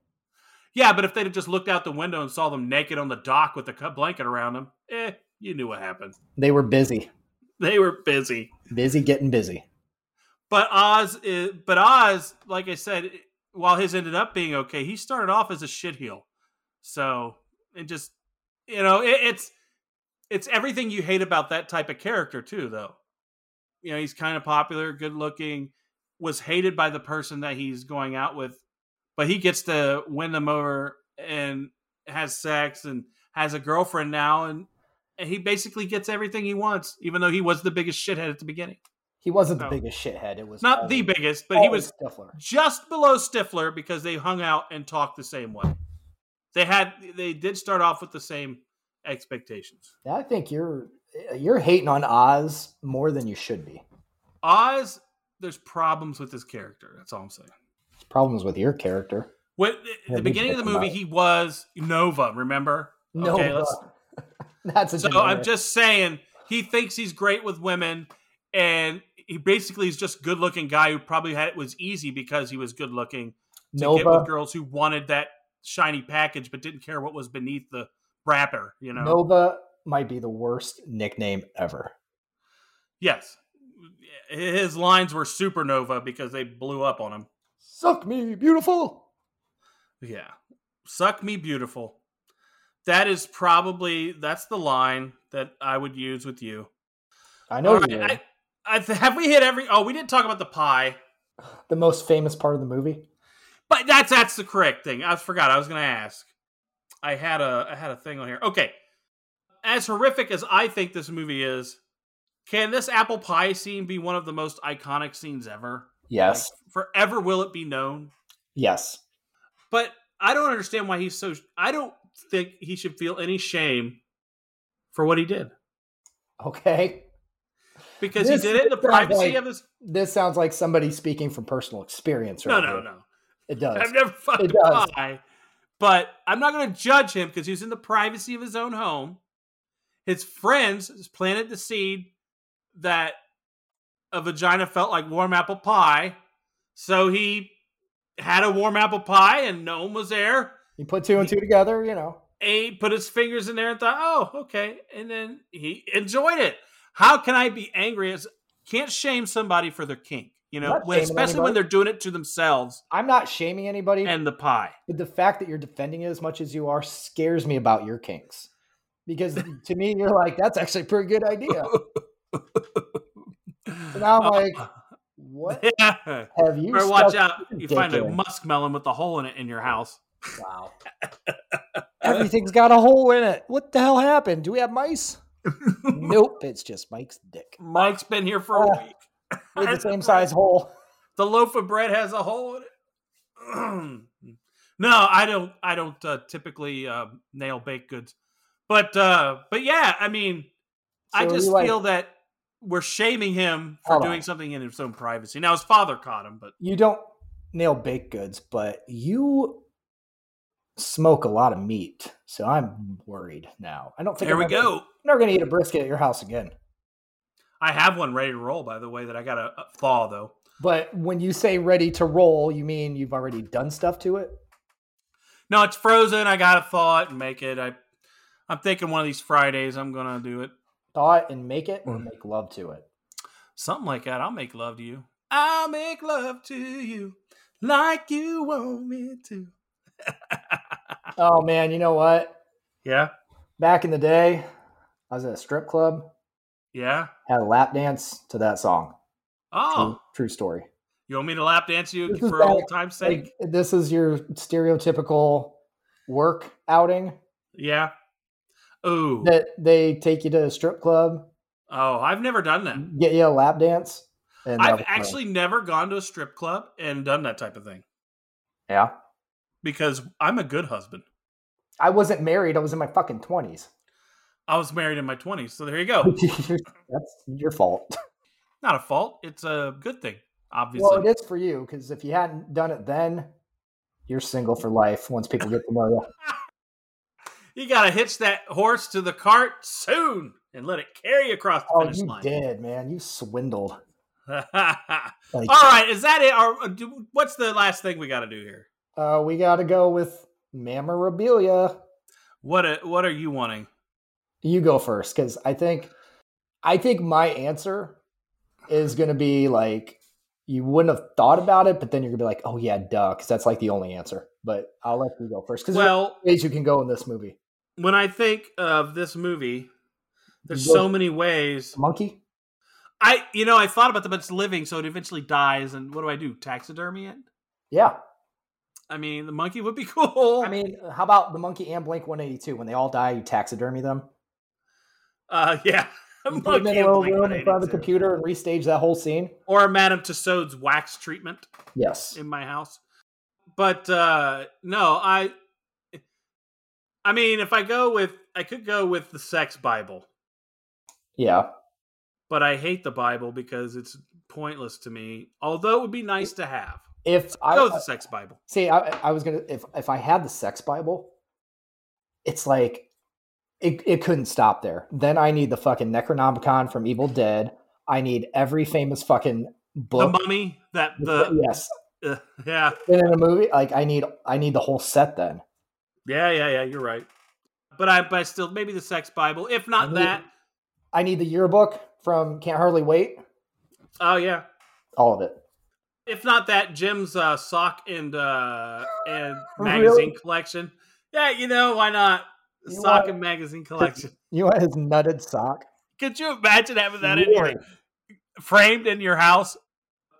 Speaker 1: Yeah, but if they'd have just looked out the window and saw them naked on the dock with a cu- blanket around them, eh, you knew what happened.
Speaker 2: they were busy
Speaker 1: They were busy.
Speaker 2: busy getting busy
Speaker 1: But Oz, is, but Oz, like I said, while his ended up being okay, he started off as a shitheel. So it just, you know, it, it's it's everything you hate about that type of character too, though. You know, he's kind of popular, good looking, was hated by the person that he's going out with, but he gets to win them over and has sex and has a girlfriend now, and, and he basically gets everything he wants, even though he was the biggest shithead at the beginning.
Speaker 2: He wasn't the
Speaker 1: No.
Speaker 2: biggest shithead. It was
Speaker 1: Not
Speaker 2: always-
Speaker 1: the biggest, but he
Speaker 2: always
Speaker 1: was
Speaker 2: Stifler.
Speaker 1: just below Stifler because they hung out and talked the same way. They had they did start off with the same expectations.
Speaker 2: Yeah, I think you're you're hating on Oz more than you should be.
Speaker 1: Oz, there's problems with his character. That's all I'm saying.
Speaker 2: There's problems with your character.
Speaker 1: What
Speaker 2: Yeah,
Speaker 1: the
Speaker 2: we
Speaker 1: beginning of the
Speaker 2: can
Speaker 1: movie,
Speaker 2: talk
Speaker 1: he was Nova. Remember?
Speaker 2: No,
Speaker 1: Okay, let's-
Speaker 2: that's a
Speaker 1: so I'm
Speaker 2: generic-
Speaker 1: just saying he thinks he's great with women, and he basically is just good looking guy who probably had it was easy because he was good looking to get
Speaker 2: Nova.
Speaker 1: with girls who wanted that shiny package but didn't care what was beneath the wrapper. You know?
Speaker 2: Nova might be the worst nickname ever.
Speaker 1: Yes. His lines were supernova because they blew up on him.
Speaker 2: Suck me, beautiful.
Speaker 1: Yeah. Suck me beautiful. That is probably that's the line that I would use with you.
Speaker 2: I know
Speaker 1: All
Speaker 2: you.
Speaker 1: right,
Speaker 2: would.
Speaker 1: I, I th- have we hit every Oh, we didn't talk about the pie.
Speaker 2: the most famous part of the movie.
Speaker 1: But that's that's the correct thing. I forgot I was going to ask. I had a I had a thing on here. Okay. As horrific as I think this movie is, can this apple pie scene be one of the most iconic scenes ever?
Speaker 2: Yes,
Speaker 1: Like, forever will it be known?
Speaker 2: yes.
Speaker 1: But I don't understand why he's so. I don't think he should feel any shame for what he did
Speaker 2: Okay,
Speaker 1: because
Speaker 2: This
Speaker 1: he did it in the
Speaker 2: sounds
Speaker 1: privacy
Speaker 2: like-
Speaker 1: of his.
Speaker 2: this sounds like somebody speaking from personal experience.
Speaker 1: No,
Speaker 2: right
Speaker 1: no,
Speaker 2: here.
Speaker 1: no.
Speaker 2: It does.
Speaker 1: I've never fucked
Speaker 2: It
Speaker 1: a
Speaker 2: does.
Speaker 1: pie, but I'm not going to judge him because he's in the privacy of his own home. His friends planted the seed that a vagina felt like warm apple pie, so he had a warm apple pie, and no one was there.
Speaker 2: You put two and two together, you know.
Speaker 1: ate, put his fingers in there and thought, oh, okay. And then he enjoyed it. How can I be angry? It's, can't shame somebody for their kink, you know,
Speaker 2: Not
Speaker 1: when,
Speaker 2: shaming
Speaker 1: especially when
Speaker 2: anybody.
Speaker 1: they're doing it to themselves
Speaker 2: I'm not shaming anybody,
Speaker 1: and the pie.
Speaker 2: but the fact that you're defending it as much as you are scares me about your kinks. Because to me, you're like, that's actually a pretty good idea. So now I'm like, what
Speaker 1: yeah.
Speaker 2: have you?
Speaker 1: Or Uh, watch
Speaker 2: stuck
Speaker 1: out,
Speaker 2: your
Speaker 1: you
Speaker 2: dick
Speaker 1: find a
Speaker 2: in?
Speaker 1: muskmelon with a hole in it in your house.
Speaker 2: Wow. Everything's got a hole in it. What the hell happened? Do we have mice? nope, it's just Mike's dick.
Speaker 1: Mike's been here for
Speaker 2: Oh,
Speaker 1: a week.
Speaker 2: We had the
Speaker 1: That's
Speaker 2: same
Speaker 1: right.
Speaker 2: size hole.
Speaker 1: The loaf of bread has a hole in it. no, I don't. I don't uh, typically uh, nail baked goods, but uh, but yeah, I mean, I
Speaker 2: So
Speaker 1: just
Speaker 2: you like-
Speaker 1: feel that we're shaming him for
Speaker 2: Hold on.
Speaker 1: doing something in his own privacy. Now his father caught him, but
Speaker 2: You don't nail baked goods, but you smoke a lot of meat. So I'm worried now. I don't think
Speaker 1: there
Speaker 2: I'm
Speaker 1: we
Speaker 2: ever-
Speaker 1: go.
Speaker 2: I'm never going to eat a brisket at your house again.
Speaker 1: I have one ready to roll, by the way, that I got to thaw though.
Speaker 2: But when you say ready to roll, you mean you've already done stuff to it?
Speaker 1: No, it's frozen. I got to thaw it and make it. I I'm thinking one of these Fridays I'm gonna do it.
Speaker 2: Thaw it and make it or make love to it?
Speaker 1: Something like that. I'll make love to you. I'll make love to you like you want me to.
Speaker 2: Oh, man, you know what?
Speaker 1: Yeah.
Speaker 2: Back in the day, I was at a strip club.
Speaker 1: Yeah.
Speaker 2: had a lap dance to that song. True,
Speaker 1: Oh,
Speaker 2: true story.
Speaker 1: you want me to lap dance you
Speaker 2: This is
Speaker 1: for
Speaker 2: back,
Speaker 1: old time's sake?
Speaker 2: Like this is your stereotypical work outing
Speaker 1: yeah. Ooh.
Speaker 2: that they take you to a strip club,
Speaker 1: oh, I've never done that.
Speaker 2: get you a lap dance. And that
Speaker 1: I've
Speaker 2: was fun.
Speaker 1: actually never gone to a strip club and done that type of thing
Speaker 2: yeah.
Speaker 1: because I'm a good husband.
Speaker 2: I wasn't married. I was in my fucking twenties.
Speaker 1: I was married in my 20s, so there you go.
Speaker 2: That's your fault.
Speaker 1: Not a fault. It's a good thing, obviously.
Speaker 2: Well, it is for you because if you hadn't done it then, you're single for life. Once people get to know you,
Speaker 1: you got to hitch that horse to the cart soon and let it carry you across the
Speaker 2: oh,
Speaker 1: finish
Speaker 2: you
Speaker 1: line.
Speaker 2: did, man. You swindled.
Speaker 1: All Oh.
Speaker 2: Like,
Speaker 1: right, is that it? Or, do- what's the last thing we got to do here?
Speaker 2: uh, we got to go with memorabilia.
Speaker 1: What a, what are you wanting?
Speaker 2: you go first because i think i think my answer is going to be like you wouldn't have thought about it, but then you're gonna be like, oh yeah, duh, because that's like the only answer. But I'll let you go first because
Speaker 1: Well,
Speaker 2: ways you can go in this movie.
Speaker 1: when I think of this movie, there's
Speaker 2: Look.
Speaker 1: so many ways.
Speaker 2: Monkey?
Speaker 1: I, you know, I thought about that, but it's living, so it eventually dies. And what do I do? Taxidermy it?
Speaker 2: Yeah.
Speaker 1: I mean, the monkey would be cool.
Speaker 2: I mean, how about the monkey and Blink 182? When they all die, you taxidermy them.
Speaker 1: uh, yeah, a
Speaker 2: You put them in
Speaker 1: and
Speaker 2: a little
Speaker 1: Blink
Speaker 2: room in front of
Speaker 1: 182.
Speaker 2: a computer and restage that whole scene.
Speaker 1: or Madame Tussauds wax treatment
Speaker 2: Yes.
Speaker 1: in my house. But uh, no, I, I mean, if I go with, I could go with the sex Bible,
Speaker 2: Yeah.
Speaker 1: but I hate the Bible because it's pointless to me. Although it would be nice to have.
Speaker 2: If I
Speaker 1: go with the sex Bible.
Speaker 2: See, I, I was gonna if if I had the sex Bible, it's like it it couldn't stop there. Then I need the fucking Necronomicon from Evil Dead. I need every famous fucking book.
Speaker 1: the mummy that the
Speaker 2: yes,
Speaker 1: uh, yeah
Speaker 2: and in a movie, like I need I need the whole set. Then
Speaker 1: yeah yeah yeah you're right but i but I still maybe the sex bible if
Speaker 2: I
Speaker 1: not
Speaker 2: need-
Speaker 1: that
Speaker 2: I need the yearbook from Can't Hardly Wait.
Speaker 1: oh yeah
Speaker 2: All of it.
Speaker 1: if not that jim's uh sock and uh and
Speaker 2: Really?
Speaker 1: magazine collection yeah you know why not
Speaker 2: You know
Speaker 1: sock
Speaker 2: what?
Speaker 1: and magazine collection
Speaker 2: You want his nutted sock?
Speaker 1: could you imagine having that in your,
Speaker 2: Weird.
Speaker 1: framed in your house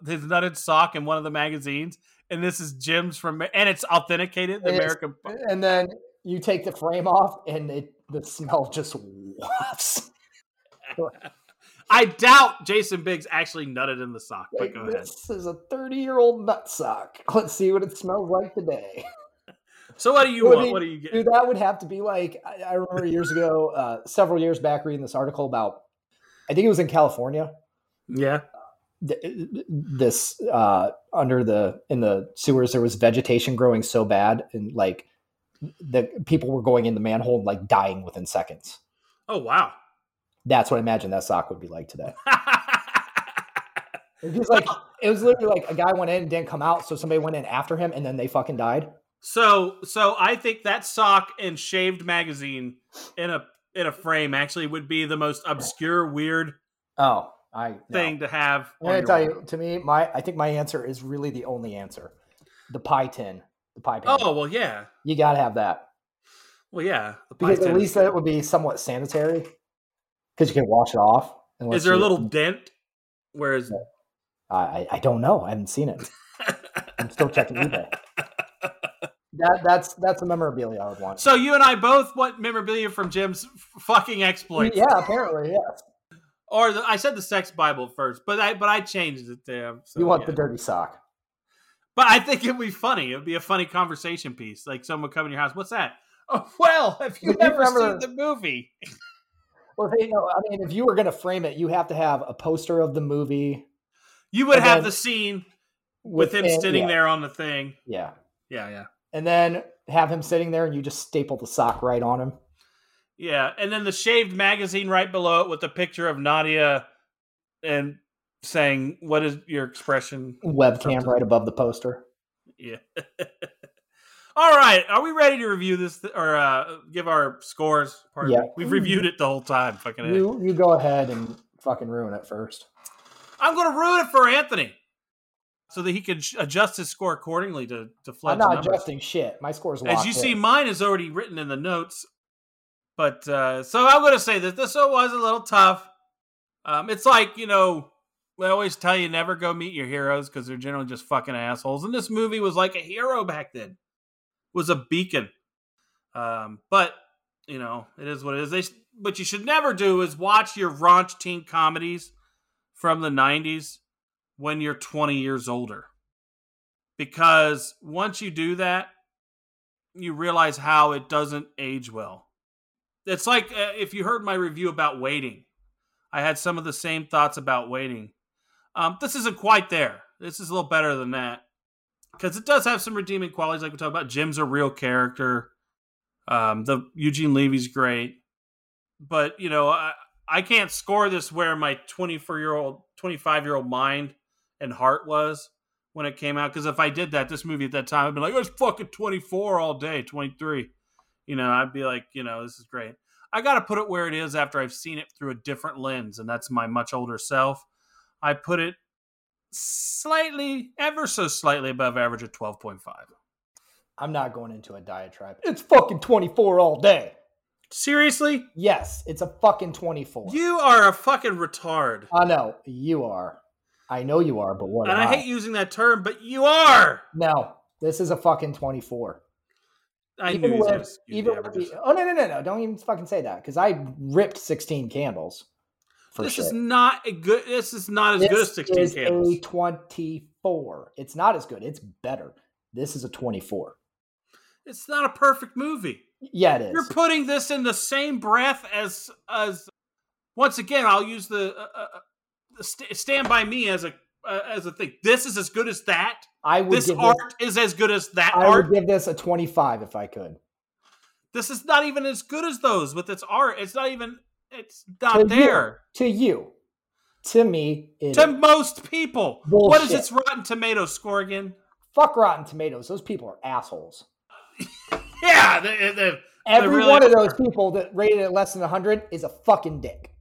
Speaker 1: his nutted sock in one of the magazines and this is jim's from and it's authenticated the
Speaker 2: And it's-
Speaker 1: american
Speaker 2: And then you take the frame off, and it the smell just wafts.
Speaker 1: i doubt jason biggs actually nutted in the sock but
Speaker 2: Like,
Speaker 1: go ahead
Speaker 2: This is a 30 year old nut sock. Let's see what it smells like today.
Speaker 1: So what do you
Speaker 2: Well, I
Speaker 1: want?
Speaker 2: mean,
Speaker 1: What do you get?
Speaker 2: Dude, that would have to be like, I, I remember years ago, uh, several years back, reading this article about, I think it was in California,
Speaker 1: yeah.
Speaker 2: th- this, uh, under the, in the sewers, there was vegetation growing so bad and like that people were going in the manhole, and, like dying within seconds.
Speaker 1: Oh wow.
Speaker 2: That's what I imagine that sock would be like today. It was like, it was literally like a guy went in and didn't come out. So somebody went in after him and then they fucking died.
Speaker 1: so so I think that sock and shaved magazine in a in a frame actually would be the most obscure weird
Speaker 2: Oh, I no.
Speaker 1: thing to have. on
Speaker 2: I'm gonna
Speaker 1: your
Speaker 2: tell
Speaker 1: wall.
Speaker 2: you. To me, my I think my answer is really the only answer. The pie tin, the pie pan.
Speaker 1: Oh well, yeah.
Speaker 2: you gotta have that
Speaker 1: Well, yeah. The pie
Speaker 2: because at
Speaker 1: tin is
Speaker 2: least
Speaker 1: good.
Speaker 2: that would be somewhat sanitary because you can wash it off. and
Speaker 1: is
Speaker 2: let
Speaker 1: there a
Speaker 2: you-
Speaker 1: little dent? Whereas
Speaker 2: I, I I don't know. I haven't seen it. I'm still checking eBay. That that's that's a memorabilia I would want.
Speaker 1: so you and I both want memorabilia from Jim's f- fucking exploits.
Speaker 2: yeah, apparently, yes.
Speaker 1: Or the, I said the sex Bible first, but I but I changed it there. So,
Speaker 2: you want
Speaker 1: yeah.
Speaker 2: the dirty sock.
Speaker 1: But I think it'd be funny. It'd be a funny conversation piece. Like someone would come in your house. What's that? Oh, well, have you
Speaker 2: But you
Speaker 1: ever seen
Speaker 2: remember-
Speaker 1: the movie?
Speaker 2: Well, if, you know, I mean, if you were gonna frame it, you have to have a poster of the movie
Speaker 1: You would
Speaker 2: And
Speaker 1: have
Speaker 2: then
Speaker 1: the scene with him
Speaker 2: within-
Speaker 1: sitting
Speaker 2: yeah,
Speaker 1: there on the thing.
Speaker 2: Yeah,
Speaker 1: Yeah, yeah,
Speaker 2: and then have him sitting there, and you just staple the sock right on him.
Speaker 1: yeah. And then the shaved magazine right below it with a picture of Nadia and saying, "What is your expression?"
Speaker 2: webcam right above the poster.
Speaker 1: Yeah. All right, are we ready to review this th- or uh, give our scores? Pardon
Speaker 2: Yeah.
Speaker 1: me. we've reviewed it the whole time. Fucking, A.
Speaker 2: You you go ahead and fucking ruin it first.
Speaker 1: I'm going to ruin it for Anthony so that he can sh- adjust his score accordingly to to flood
Speaker 2: I'm
Speaker 1: the
Speaker 2: not
Speaker 1: numbers.
Speaker 2: adjusting shit. My score's locked.
Speaker 1: As you
Speaker 2: in.
Speaker 1: see, mine is already written in the notes. But uh, so I'm going to say that this one was a little tough. Um, it's like you know they always tell you never go meet your heroes because they're generally just fucking assholes. And this movie was like a hero back then, was a beacon. Um, but you know it is what it is. They s- what you should never do is watch your raunch teen comedies from the '90s when you're 20 years older, because once you do that, you realize how it doesn't age well. It's like uh, if you heard my review about waiting, I had some of the same thoughts about waiting. Um, this isn't quite there. This is a little better than that because it does have some redeeming qualities, like we talked about. Jim's a real character. Um, the Eugene Levy's great, but you know I I can't score this where my twenty four year old, twenty five year old mind and heart was when it came out because if I did that, this movie at that time, I'd be like, it's fucking 24 all day, 23. You know, I'd be like, you know, this is great. I got to put it where it is after I've seen it through a different lens, and that's my much older self. I put it slightly, ever so slightly above average at 12.5.
Speaker 2: I'm not going into a diatribe. It's fucking 24 all day.
Speaker 1: Seriously?
Speaker 2: Yes, it's a fucking 24.
Speaker 1: You are a fucking retard.
Speaker 2: I know you are. I know you are, but what?
Speaker 1: And I hate using that term, but you are.
Speaker 2: No, this is a fucking 24.
Speaker 1: I
Speaker 2: even
Speaker 1: knew he was gonna
Speaker 2: with,
Speaker 1: skew the
Speaker 2: even with
Speaker 1: averages.
Speaker 2: the, oh no no no no don't even fucking say that because I ripped 16 candles. For
Speaker 1: this
Speaker 2: sure.
Speaker 1: is not a good. This is not as good as sixteen
Speaker 2: is
Speaker 1: candles.
Speaker 2: a 24. It's not as good. It's better. This is a 24.
Speaker 1: It's not a perfect movie.
Speaker 2: Yeah, it is.
Speaker 1: You're putting this in the same breath as as. Once again, I'll use the uh, uh, the st- Stand by Me as a uh, as a thing. This is as good as that.
Speaker 2: I would
Speaker 1: This
Speaker 2: give
Speaker 1: art
Speaker 2: this,
Speaker 1: is as good as that
Speaker 2: I
Speaker 1: art.
Speaker 2: would give this a 25 if I could.
Speaker 1: this is not even as good as those with its art. It's not even. It's
Speaker 2: To
Speaker 1: not
Speaker 2: you-
Speaker 1: there
Speaker 2: to you, to me, it
Speaker 1: to
Speaker 2: is.
Speaker 1: most people. What is
Speaker 2: Bullshit.
Speaker 1: its Rotten Tomato score again?
Speaker 2: fuck Rotten Tomatoes. Those people are assholes.
Speaker 1: Yeah, they, they, they
Speaker 2: Every
Speaker 1: really
Speaker 2: one of
Speaker 1: are.
Speaker 2: those people that rated it less than 100 is a fucking dick.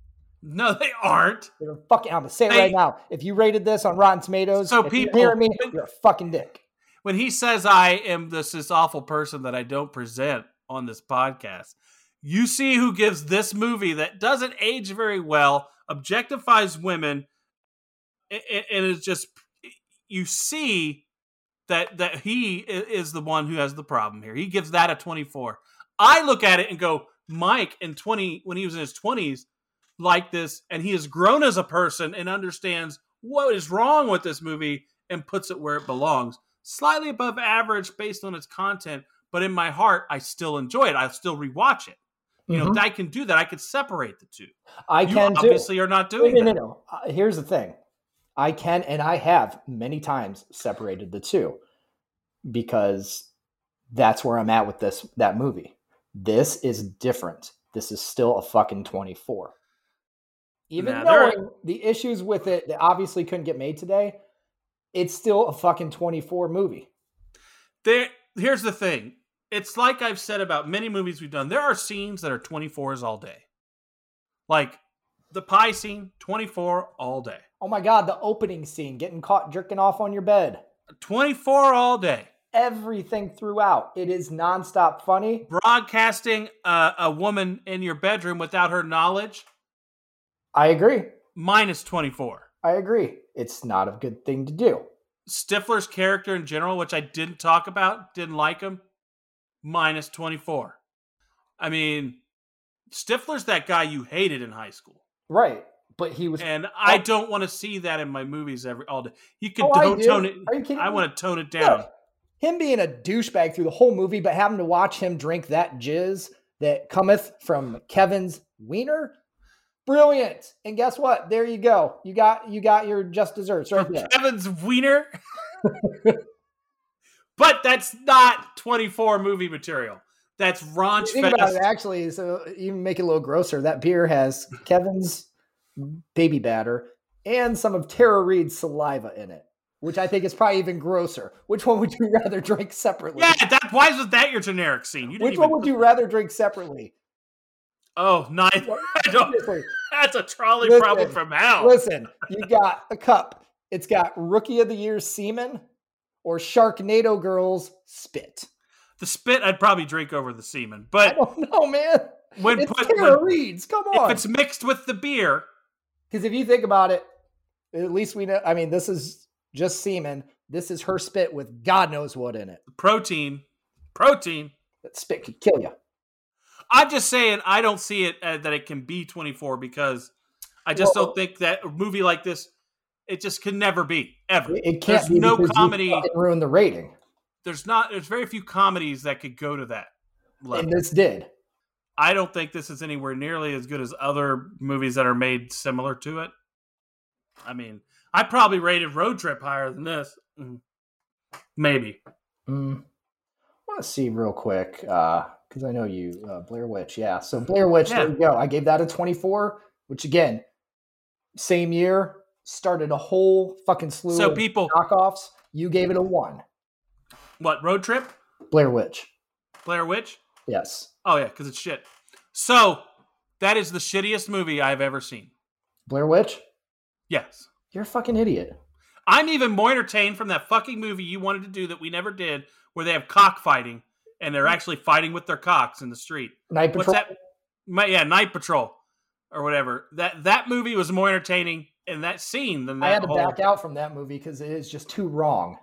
Speaker 1: No, they aren't.
Speaker 2: They're fucking. I'm gonna say it
Speaker 1: Hey.
Speaker 2: right now. If you rated this on Rotten Tomatoes,
Speaker 1: So
Speaker 2: if
Speaker 1: people-
Speaker 2: you're hearing me, you're a fucking dick.
Speaker 1: When he says I am this this awful person that I don't present on this podcast, you see who gives this movie that doesn't age very well, objectifies women, a- a- and it's just you see that that he i- is the one who has the problem here. He gives that a 24. I look at it and go, Mike in 20 when he was in his 20s like this and he has grown as a person and understands what is wrong with this movie and puts it where it belongs. Slightly above average based on its content, but in my heart I still enjoy it. I still rewatch it. You
Speaker 2: Mhm.
Speaker 1: know, I can do that. I can separate the two.
Speaker 2: I
Speaker 1: you
Speaker 2: can do.
Speaker 1: obviously are not
Speaker 2: No,
Speaker 1: doing
Speaker 2: no, no,
Speaker 1: that.
Speaker 2: no. Uh, Here's the thing. I can and I have many times separated the two because that's where I'm at with this that movie. This is different. This is still a fucking 24. Even
Speaker 1: Nah, there are-
Speaker 2: knowing the issues with it that obviously couldn't get made today, it's still a fucking 24 movie.
Speaker 1: there here's the thing it's like i've said about many movies we've done there are scenes that are 24s all day like the pie scene 24 all day
Speaker 2: Oh my god, the opening scene, getting caught jerking off on your bed.
Speaker 1: 24 all day
Speaker 2: Everything throughout. It is nonstop funny.
Speaker 1: broadcasting a, a woman in your bedroom without her knowledge
Speaker 2: I agree.
Speaker 1: minus 24
Speaker 2: I agree. It's not a good thing to do.
Speaker 1: stifler's character in general which i didn't talk about didn't like him minus 24 i mean stifler's that guy you hated in high school
Speaker 2: Right. But he was
Speaker 1: and I don't want to see that in my movies every all day. You can
Speaker 2: Oh, I
Speaker 1: don't
Speaker 2: do.
Speaker 1: tone it.
Speaker 2: Are you kidding
Speaker 1: I
Speaker 2: me?
Speaker 1: want to tone it down.
Speaker 2: him being a douchebag through the whole movie, but having to watch him drink that jizz that cometh from Kevin's wiener. Brilliant. And guess what? There you go. You got you got your just desserts right there.
Speaker 1: Kevin's wiener. but that's not 24 movie material. That's raunch
Speaker 2: Think about
Speaker 1: fest.
Speaker 2: it actually, so even make it a little grosser. That beer has Kevin's baby batter and some of Tara Reed's saliva in it, which I think is probably even grosser. Which one would you rather drink separately?
Speaker 1: Yeah, that why was that your generic scene? You didn't
Speaker 2: Which one
Speaker 1: even-
Speaker 2: would you rather drink separately?
Speaker 1: Oh, neither. I don't,
Speaker 2: Seriously.
Speaker 1: that's a trolley
Speaker 2: Listen,
Speaker 1: problem from hell.
Speaker 2: Listen, you got a cup. It's got Rookie of the Year semen or Sharknado Girls spit.
Speaker 1: The spit I'd probably drink over the semen,
Speaker 2: I
Speaker 1: but
Speaker 2: don't know, man.
Speaker 1: When
Speaker 2: it's
Speaker 1: put-
Speaker 2: Tara
Speaker 1: when-
Speaker 2: Reed's, come
Speaker 1: if
Speaker 2: on.
Speaker 1: it's mixed with the beer,
Speaker 2: Because if you think about it, at least we know. I mean, this is just semen. This is her spit with God knows what in it.
Speaker 1: protein, protein.
Speaker 2: That spit could kill you.
Speaker 1: I'm just saying I don't see it uh, that it can be 24 because I just
Speaker 2: Well-
Speaker 1: don't think that a movie like this it just can never be ever.
Speaker 2: It it can't
Speaker 1: there's
Speaker 2: be
Speaker 1: no
Speaker 2: because you
Speaker 1: comedy.
Speaker 2: fucking ruined the rating,
Speaker 1: There's not. There's very few comedies that could go to that level.
Speaker 2: and this did.
Speaker 1: I don't think this is anywhere nearly as good as other movies that are made similar to it. I mean, I probably rated Road Trip higher than this. Mm. Maybe.
Speaker 2: Mm. I want to see real quick because I know you, uh, Blair Witch. Yeah, so Blair Witch.
Speaker 1: Yeah.
Speaker 2: There you go. I gave that a twenty-four, which again, same year started a whole fucking slew
Speaker 1: So
Speaker 2: of
Speaker 1: people,
Speaker 2: knockoffs. You gave it a one.
Speaker 1: what Road Trip?
Speaker 2: Blair Witch.
Speaker 1: Blair Witch?
Speaker 2: Yes,
Speaker 1: Oh yeah, because it's shit. So that is the shittiest movie I've ever seen.
Speaker 2: Blair Witch.
Speaker 1: Yes.
Speaker 2: You're a fucking idiot.
Speaker 1: I'm even more entertained from that fucking movie you wanted to do that we never did, where they have cockfighting and they're actually fighting with their cocks in the street.
Speaker 2: Night
Speaker 1: What's
Speaker 2: Patrol.
Speaker 1: that? My, yeah, Night Patrol or whatever. That that movie was more entertaining in that scene than that
Speaker 2: I had to
Speaker 1: whole.
Speaker 2: back out from that movie because it is just too wrong.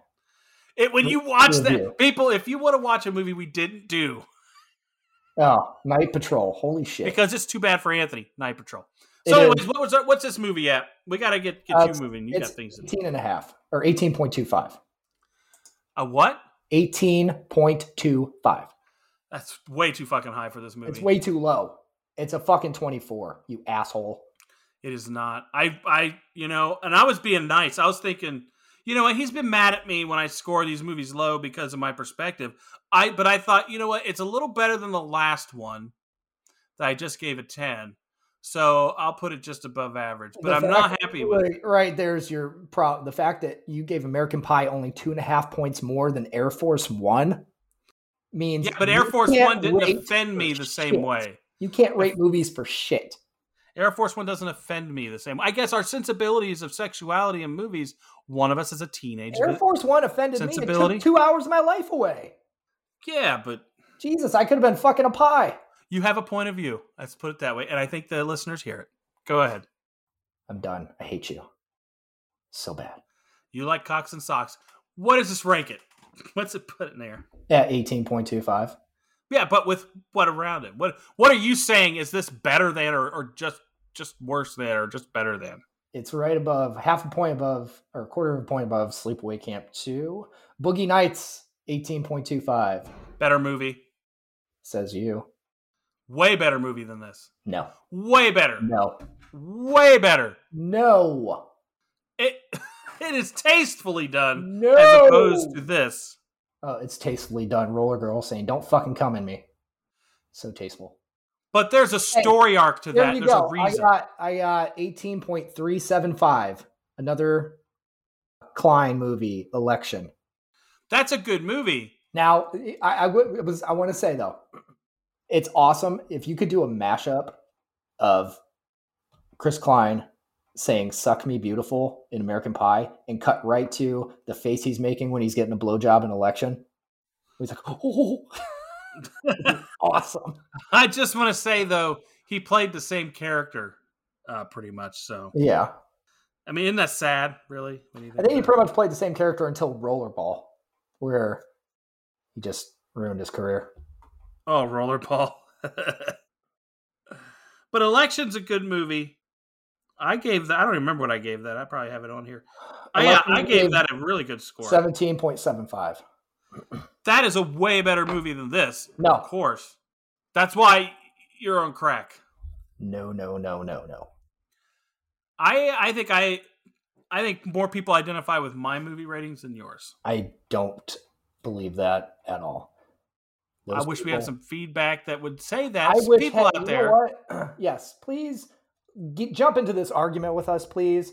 Speaker 1: It, when you watch
Speaker 2: Review.
Speaker 1: that, people, if you want to watch a movie we didn't do
Speaker 2: Oh, Night Patrol. Holy shit.
Speaker 1: because it's too bad for Anthony, Night Patrol.
Speaker 2: It
Speaker 1: So,
Speaker 2: is.
Speaker 1: anyways, what was our, what's this movie at? We gotta get get
Speaker 2: Uh,
Speaker 1: you moving. You got
Speaker 2: it's
Speaker 1: things. To do.
Speaker 2: 18 and a half or 18.25.
Speaker 1: A what?
Speaker 2: 18.25.
Speaker 1: That's way too fucking high for this movie.
Speaker 2: It's way too low. It's a fucking 24, you asshole.
Speaker 1: It is not. I I you know, and I was being nice. I was thinking, you know what, he's been mad at me when I score these movies low because of my perspective. I but I thought, you know what, it's a little better than the last one that I just gave a 10. So I'll put it just above average. But
Speaker 2: The
Speaker 1: I'm not
Speaker 2: fact-
Speaker 1: happy with it.
Speaker 2: right, right there's your problem. The fact that you gave American Pie only two and a half points more than Air Force One means
Speaker 1: Yeah, but
Speaker 2: you
Speaker 1: Air Force
Speaker 2: can't
Speaker 1: One didn't
Speaker 2: rate
Speaker 1: offend
Speaker 2: for
Speaker 1: me the
Speaker 2: shit.
Speaker 1: same way.
Speaker 2: You can't rate movies for shit.
Speaker 1: Air Force One doesn't offend me the same. I guess our sensibilities of sexuality in movies, one of us is a teenager.
Speaker 2: Air Force One offended me and
Speaker 1: Sensibility?
Speaker 2: took two hours of my life away.
Speaker 1: yeah, but
Speaker 2: Jesus, I could have been fucking a pie.
Speaker 1: you have a point of view. Let's put it that way. And I think the listeners hear it. Go ahead.
Speaker 2: I'm done. I hate you. So bad.
Speaker 1: You like cocks and socks. What does this rank it? What's it put in there?
Speaker 2: At 18.25.
Speaker 1: Yeah, but with what around it? What what are you saying? Is this better than or, or just just worse than or just better than?
Speaker 2: It's right above, half a point above, or a quarter of a point above Sleepaway Camp 2. Boogie Nights, 18.25,
Speaker 1: Better movie.
Speaker 2: says you.
Speaker 1: Way better movie than this.
Speaker 2: No.
Speaker 1: Way better.
Speaker 2: No.
Speaker 1: Way better.
Speaker 2: No.
Speaker 1: It it is tastefully done
Speaker 2: No.
Speaker 1: as opposed to this.
Speaker 2: Oh, it's tastefully done. Roller Girl saying, don't fucking come in me. So tasteful.
Speaker 1: But there's a story arc to
Speaker 2: There
Speaker 1: that.
Speaker 2: you
Speaker 1: There's
Speaker 2: go.
Speaker 1: a
Speaker 2: I
Speaker 1: reason.
Speaker 2: got I got 18.375. Another Klein movie election.
Speaker 1: That's a good movie.
Speaker 2: Now, I, I would- it was I want to say though, it's awesome if you could do a mashup of Chris Klein saying "Suck Me Beautiful" in American Pie and cut right to the face he's making when he's getting a blowjob in election. He's like, "Oh, awesome!"
Speaker 1: I just want to say though, he played the same character, uh, pretty much. So
Speaker 2: Yeah,
Speaker 1: I mean, isn't that sad, really? When you
Speaker 2: I think he
Speaker 1: about it?
Speaker 2: pretty much played the same character until Rollerball, where he just ruined his career.
Speaker 1: oh, Rollerball. but Election's a good movie. I gave that. I don't remember what I gave that. I probably have it on here. I, yeah,
Speaker 2: Election
Speaker 1: I gave
Speaker 2: gave
Speaker 1: that a really good score.
Speaker 2: Seventeen point seven five.
Speaker 1: That is a way better movie than this.
Speaker 2: No.
Speaker 1: of course. That's why you're on crack.
Speaker 2: No, no, no, no, no.
Speaker 1: I I think I I think more people identify with my movie ratings than yours.
Speaker 2: I don't believe that at all.
Speaker 1: I
Speaker 2: Those
Speaker 1: wish we had
Speaker 2: people-
Speaker 1: some feedback that would say
Speaker 2: I
Speaker 1: that.
Speaker 2: wish
Speaker 1: people
Speaker 2: hey, you
Speaker 1: out
Speaker 2: know
Speaker 1: there.
Speaker 2: what? yes, please get, jump into this argument with us, please.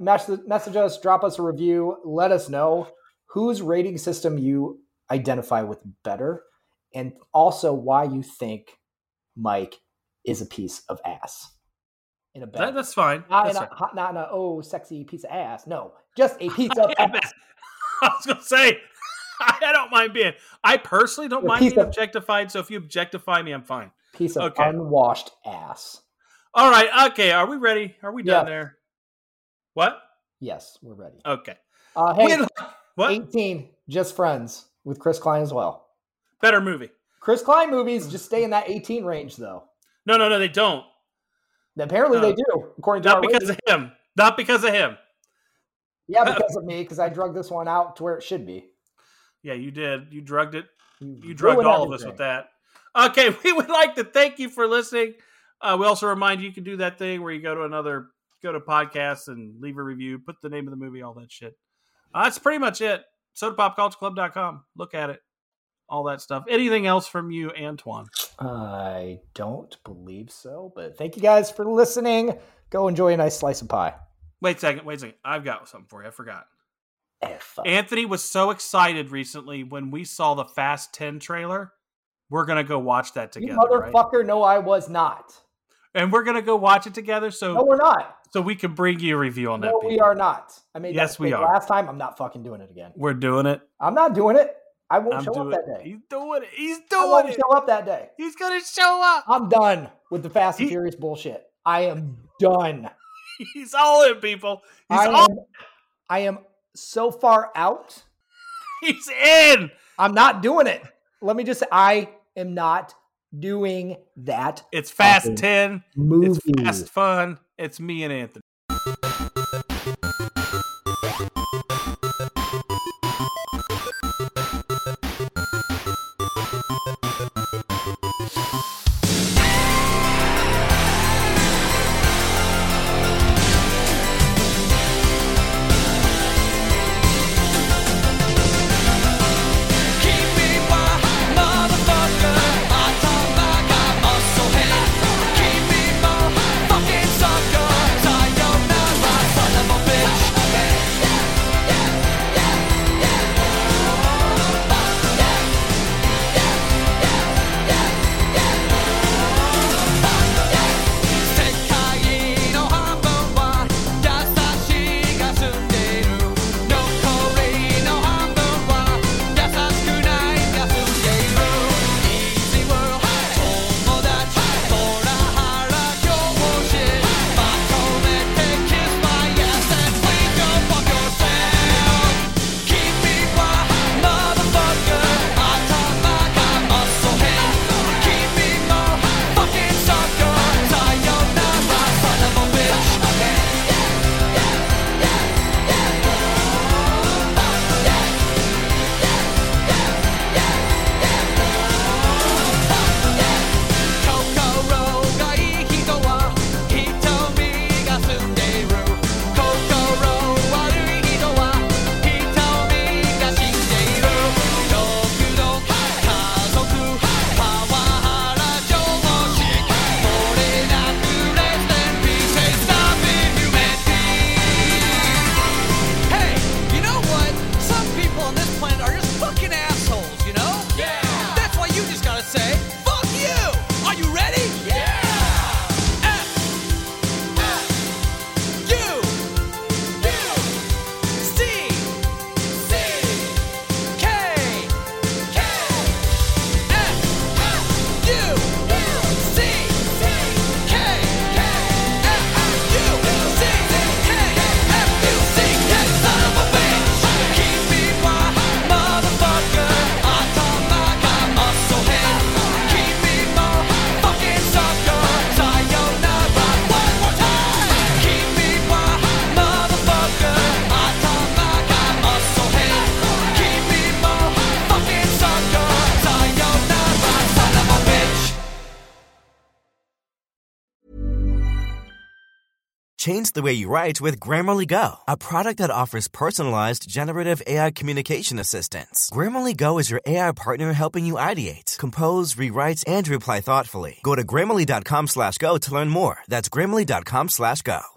Speaker 2: Message, message us, drop us a review, let us know whose rating system you identify with better, and also why you think Mike is a piece of ass. In a
Speaker 1: That,
Speaker 2: bad,
Speaker 1: that's fine.
Speaker 2: not,
Speaker 1: That's
Speaker 2: in a,
Speaker 1: fine.
Speaker 2: hot- not in a oh sexy piece of ass. No, just a piece of
Speaker 1: Yeah,
Speaker 2: ass.
Speaker 1: but- I was gonna say I don't mind being. I personally don't
Speaker 2: You're a
Speaker 1: mind
Speaker 2: piece
Speaker 1: being
Speaker 2: of-
Speaker 1: objectified. So if you objectify me, I'm fine.
Speaker 2: Piece of
Speaker 1: Okay.
Speaker 2: unwashed ass.
Speaker 1: All right. Okay. Are we ready? Are we done
Speaker 2: Yes.
Speaker 1: there? What?
Speaker 2: Yes, we're ready.
Speaker 1: Okay.
Speaker 2: Uh, hey,
Speaker 1: Wait, what?
Speaker 2: 18, just friends with Chris Klein as well.
Speaker 1: Better movie?
Speaker 2: Chris Klein movies just stay in that 18 range though.
Speaker 1: No, no, no. They don't.
Speaker 2: Apparently they
Speaker 1: No.
Speaker 2: do, according to our
Speaker 1: Not because
Speaker 2: rating.
Speaker 1: of him. Not because of him.
Speaker 2: yeah, because of me, because I drug this one out to where it should be.
Speaker 1: Yeah, you did. You drugged it. You
Speaker 2: ruined
Speaker 1: drugged all of us
Speaker 2: everything.
Speaker 1: with that. Okay, we would like to thank you for listening. Uh, we also remind you you can do that thing where you go to another, go to podcasts and leave a review, put the name of the movie, all that shit. Uh, that's pretty much it. SodaPopCultureClub.com. Look at it. All that stuff. Anything else from you, Antoine?
Speaker 2: I don't believe so, but thank you guys for listening. Go enjoy a nice slice of pie.
Speaker 1: Wait a second. Wait a second. I've got something for you. I forgot.
Speaker 2: Eh, fuck.
Speaker 1: Anthony was so excited recently when we saw the Fast 10 trailer. We're going to go watch that
Speaker 2: you
Speaker 1: together. right?
Speaker 2: motherfucker, no, I was not.
Speaker 1: and we're gonna go watch it together so
Speaker 2: No, we're not.
Speaker 1: so we can bring you a review on that.
Speaker 2: No, we
Speaker 1: people.
Speaker 2: are not. I mean,
Speaker 1: Yes, we are.
Speaker 2: Last time, I'm not fucking doing it again.
Speaker 1: We're doing it.
Speaker 2: I'm not doing it. I won't
Speaker 1: I'm
Speaker 2: show up
Speaker 1: doing
Speaker 2: that
Speaker 1: it.
Speaker 2: day.
Speaker 1: He's doing it. He's
Speaker 2: I
Speaker 1: doing
Speaker 2: won't
Speaker 1: it.
Speaker 2: show up that day.
Speaker 1: He's gonna show up.
Speaker 2: I'm done with the Fast and
Speaker 1: He-
Speaker 2: Furious bullshit. I am done.
Speaker 1: He's all in, people. He's
Speaker 2: I
Speaker 1: all.
Speaker 2: am, I am so far out.
Speaker 1: He's in.
Speaker 2: I'm not doing it. Let me just say, I am not doing that
Speaker 1: It's fast
Speaker 2: Fucking
Speaker 1: ten.
Speaker 2: movie.
Speaker 1: It's fast fun. It's me and Anthony.
Speaker 10: Change the way you write with Grammarly Go, a product that offers personalized generative AI communication assistance. Grammarly Go is your AI partner helping you ideate, compose, rewrite, and reply thoughtfully. Go to grammarly.com slash go to learn more. That's grammarly.com slash go.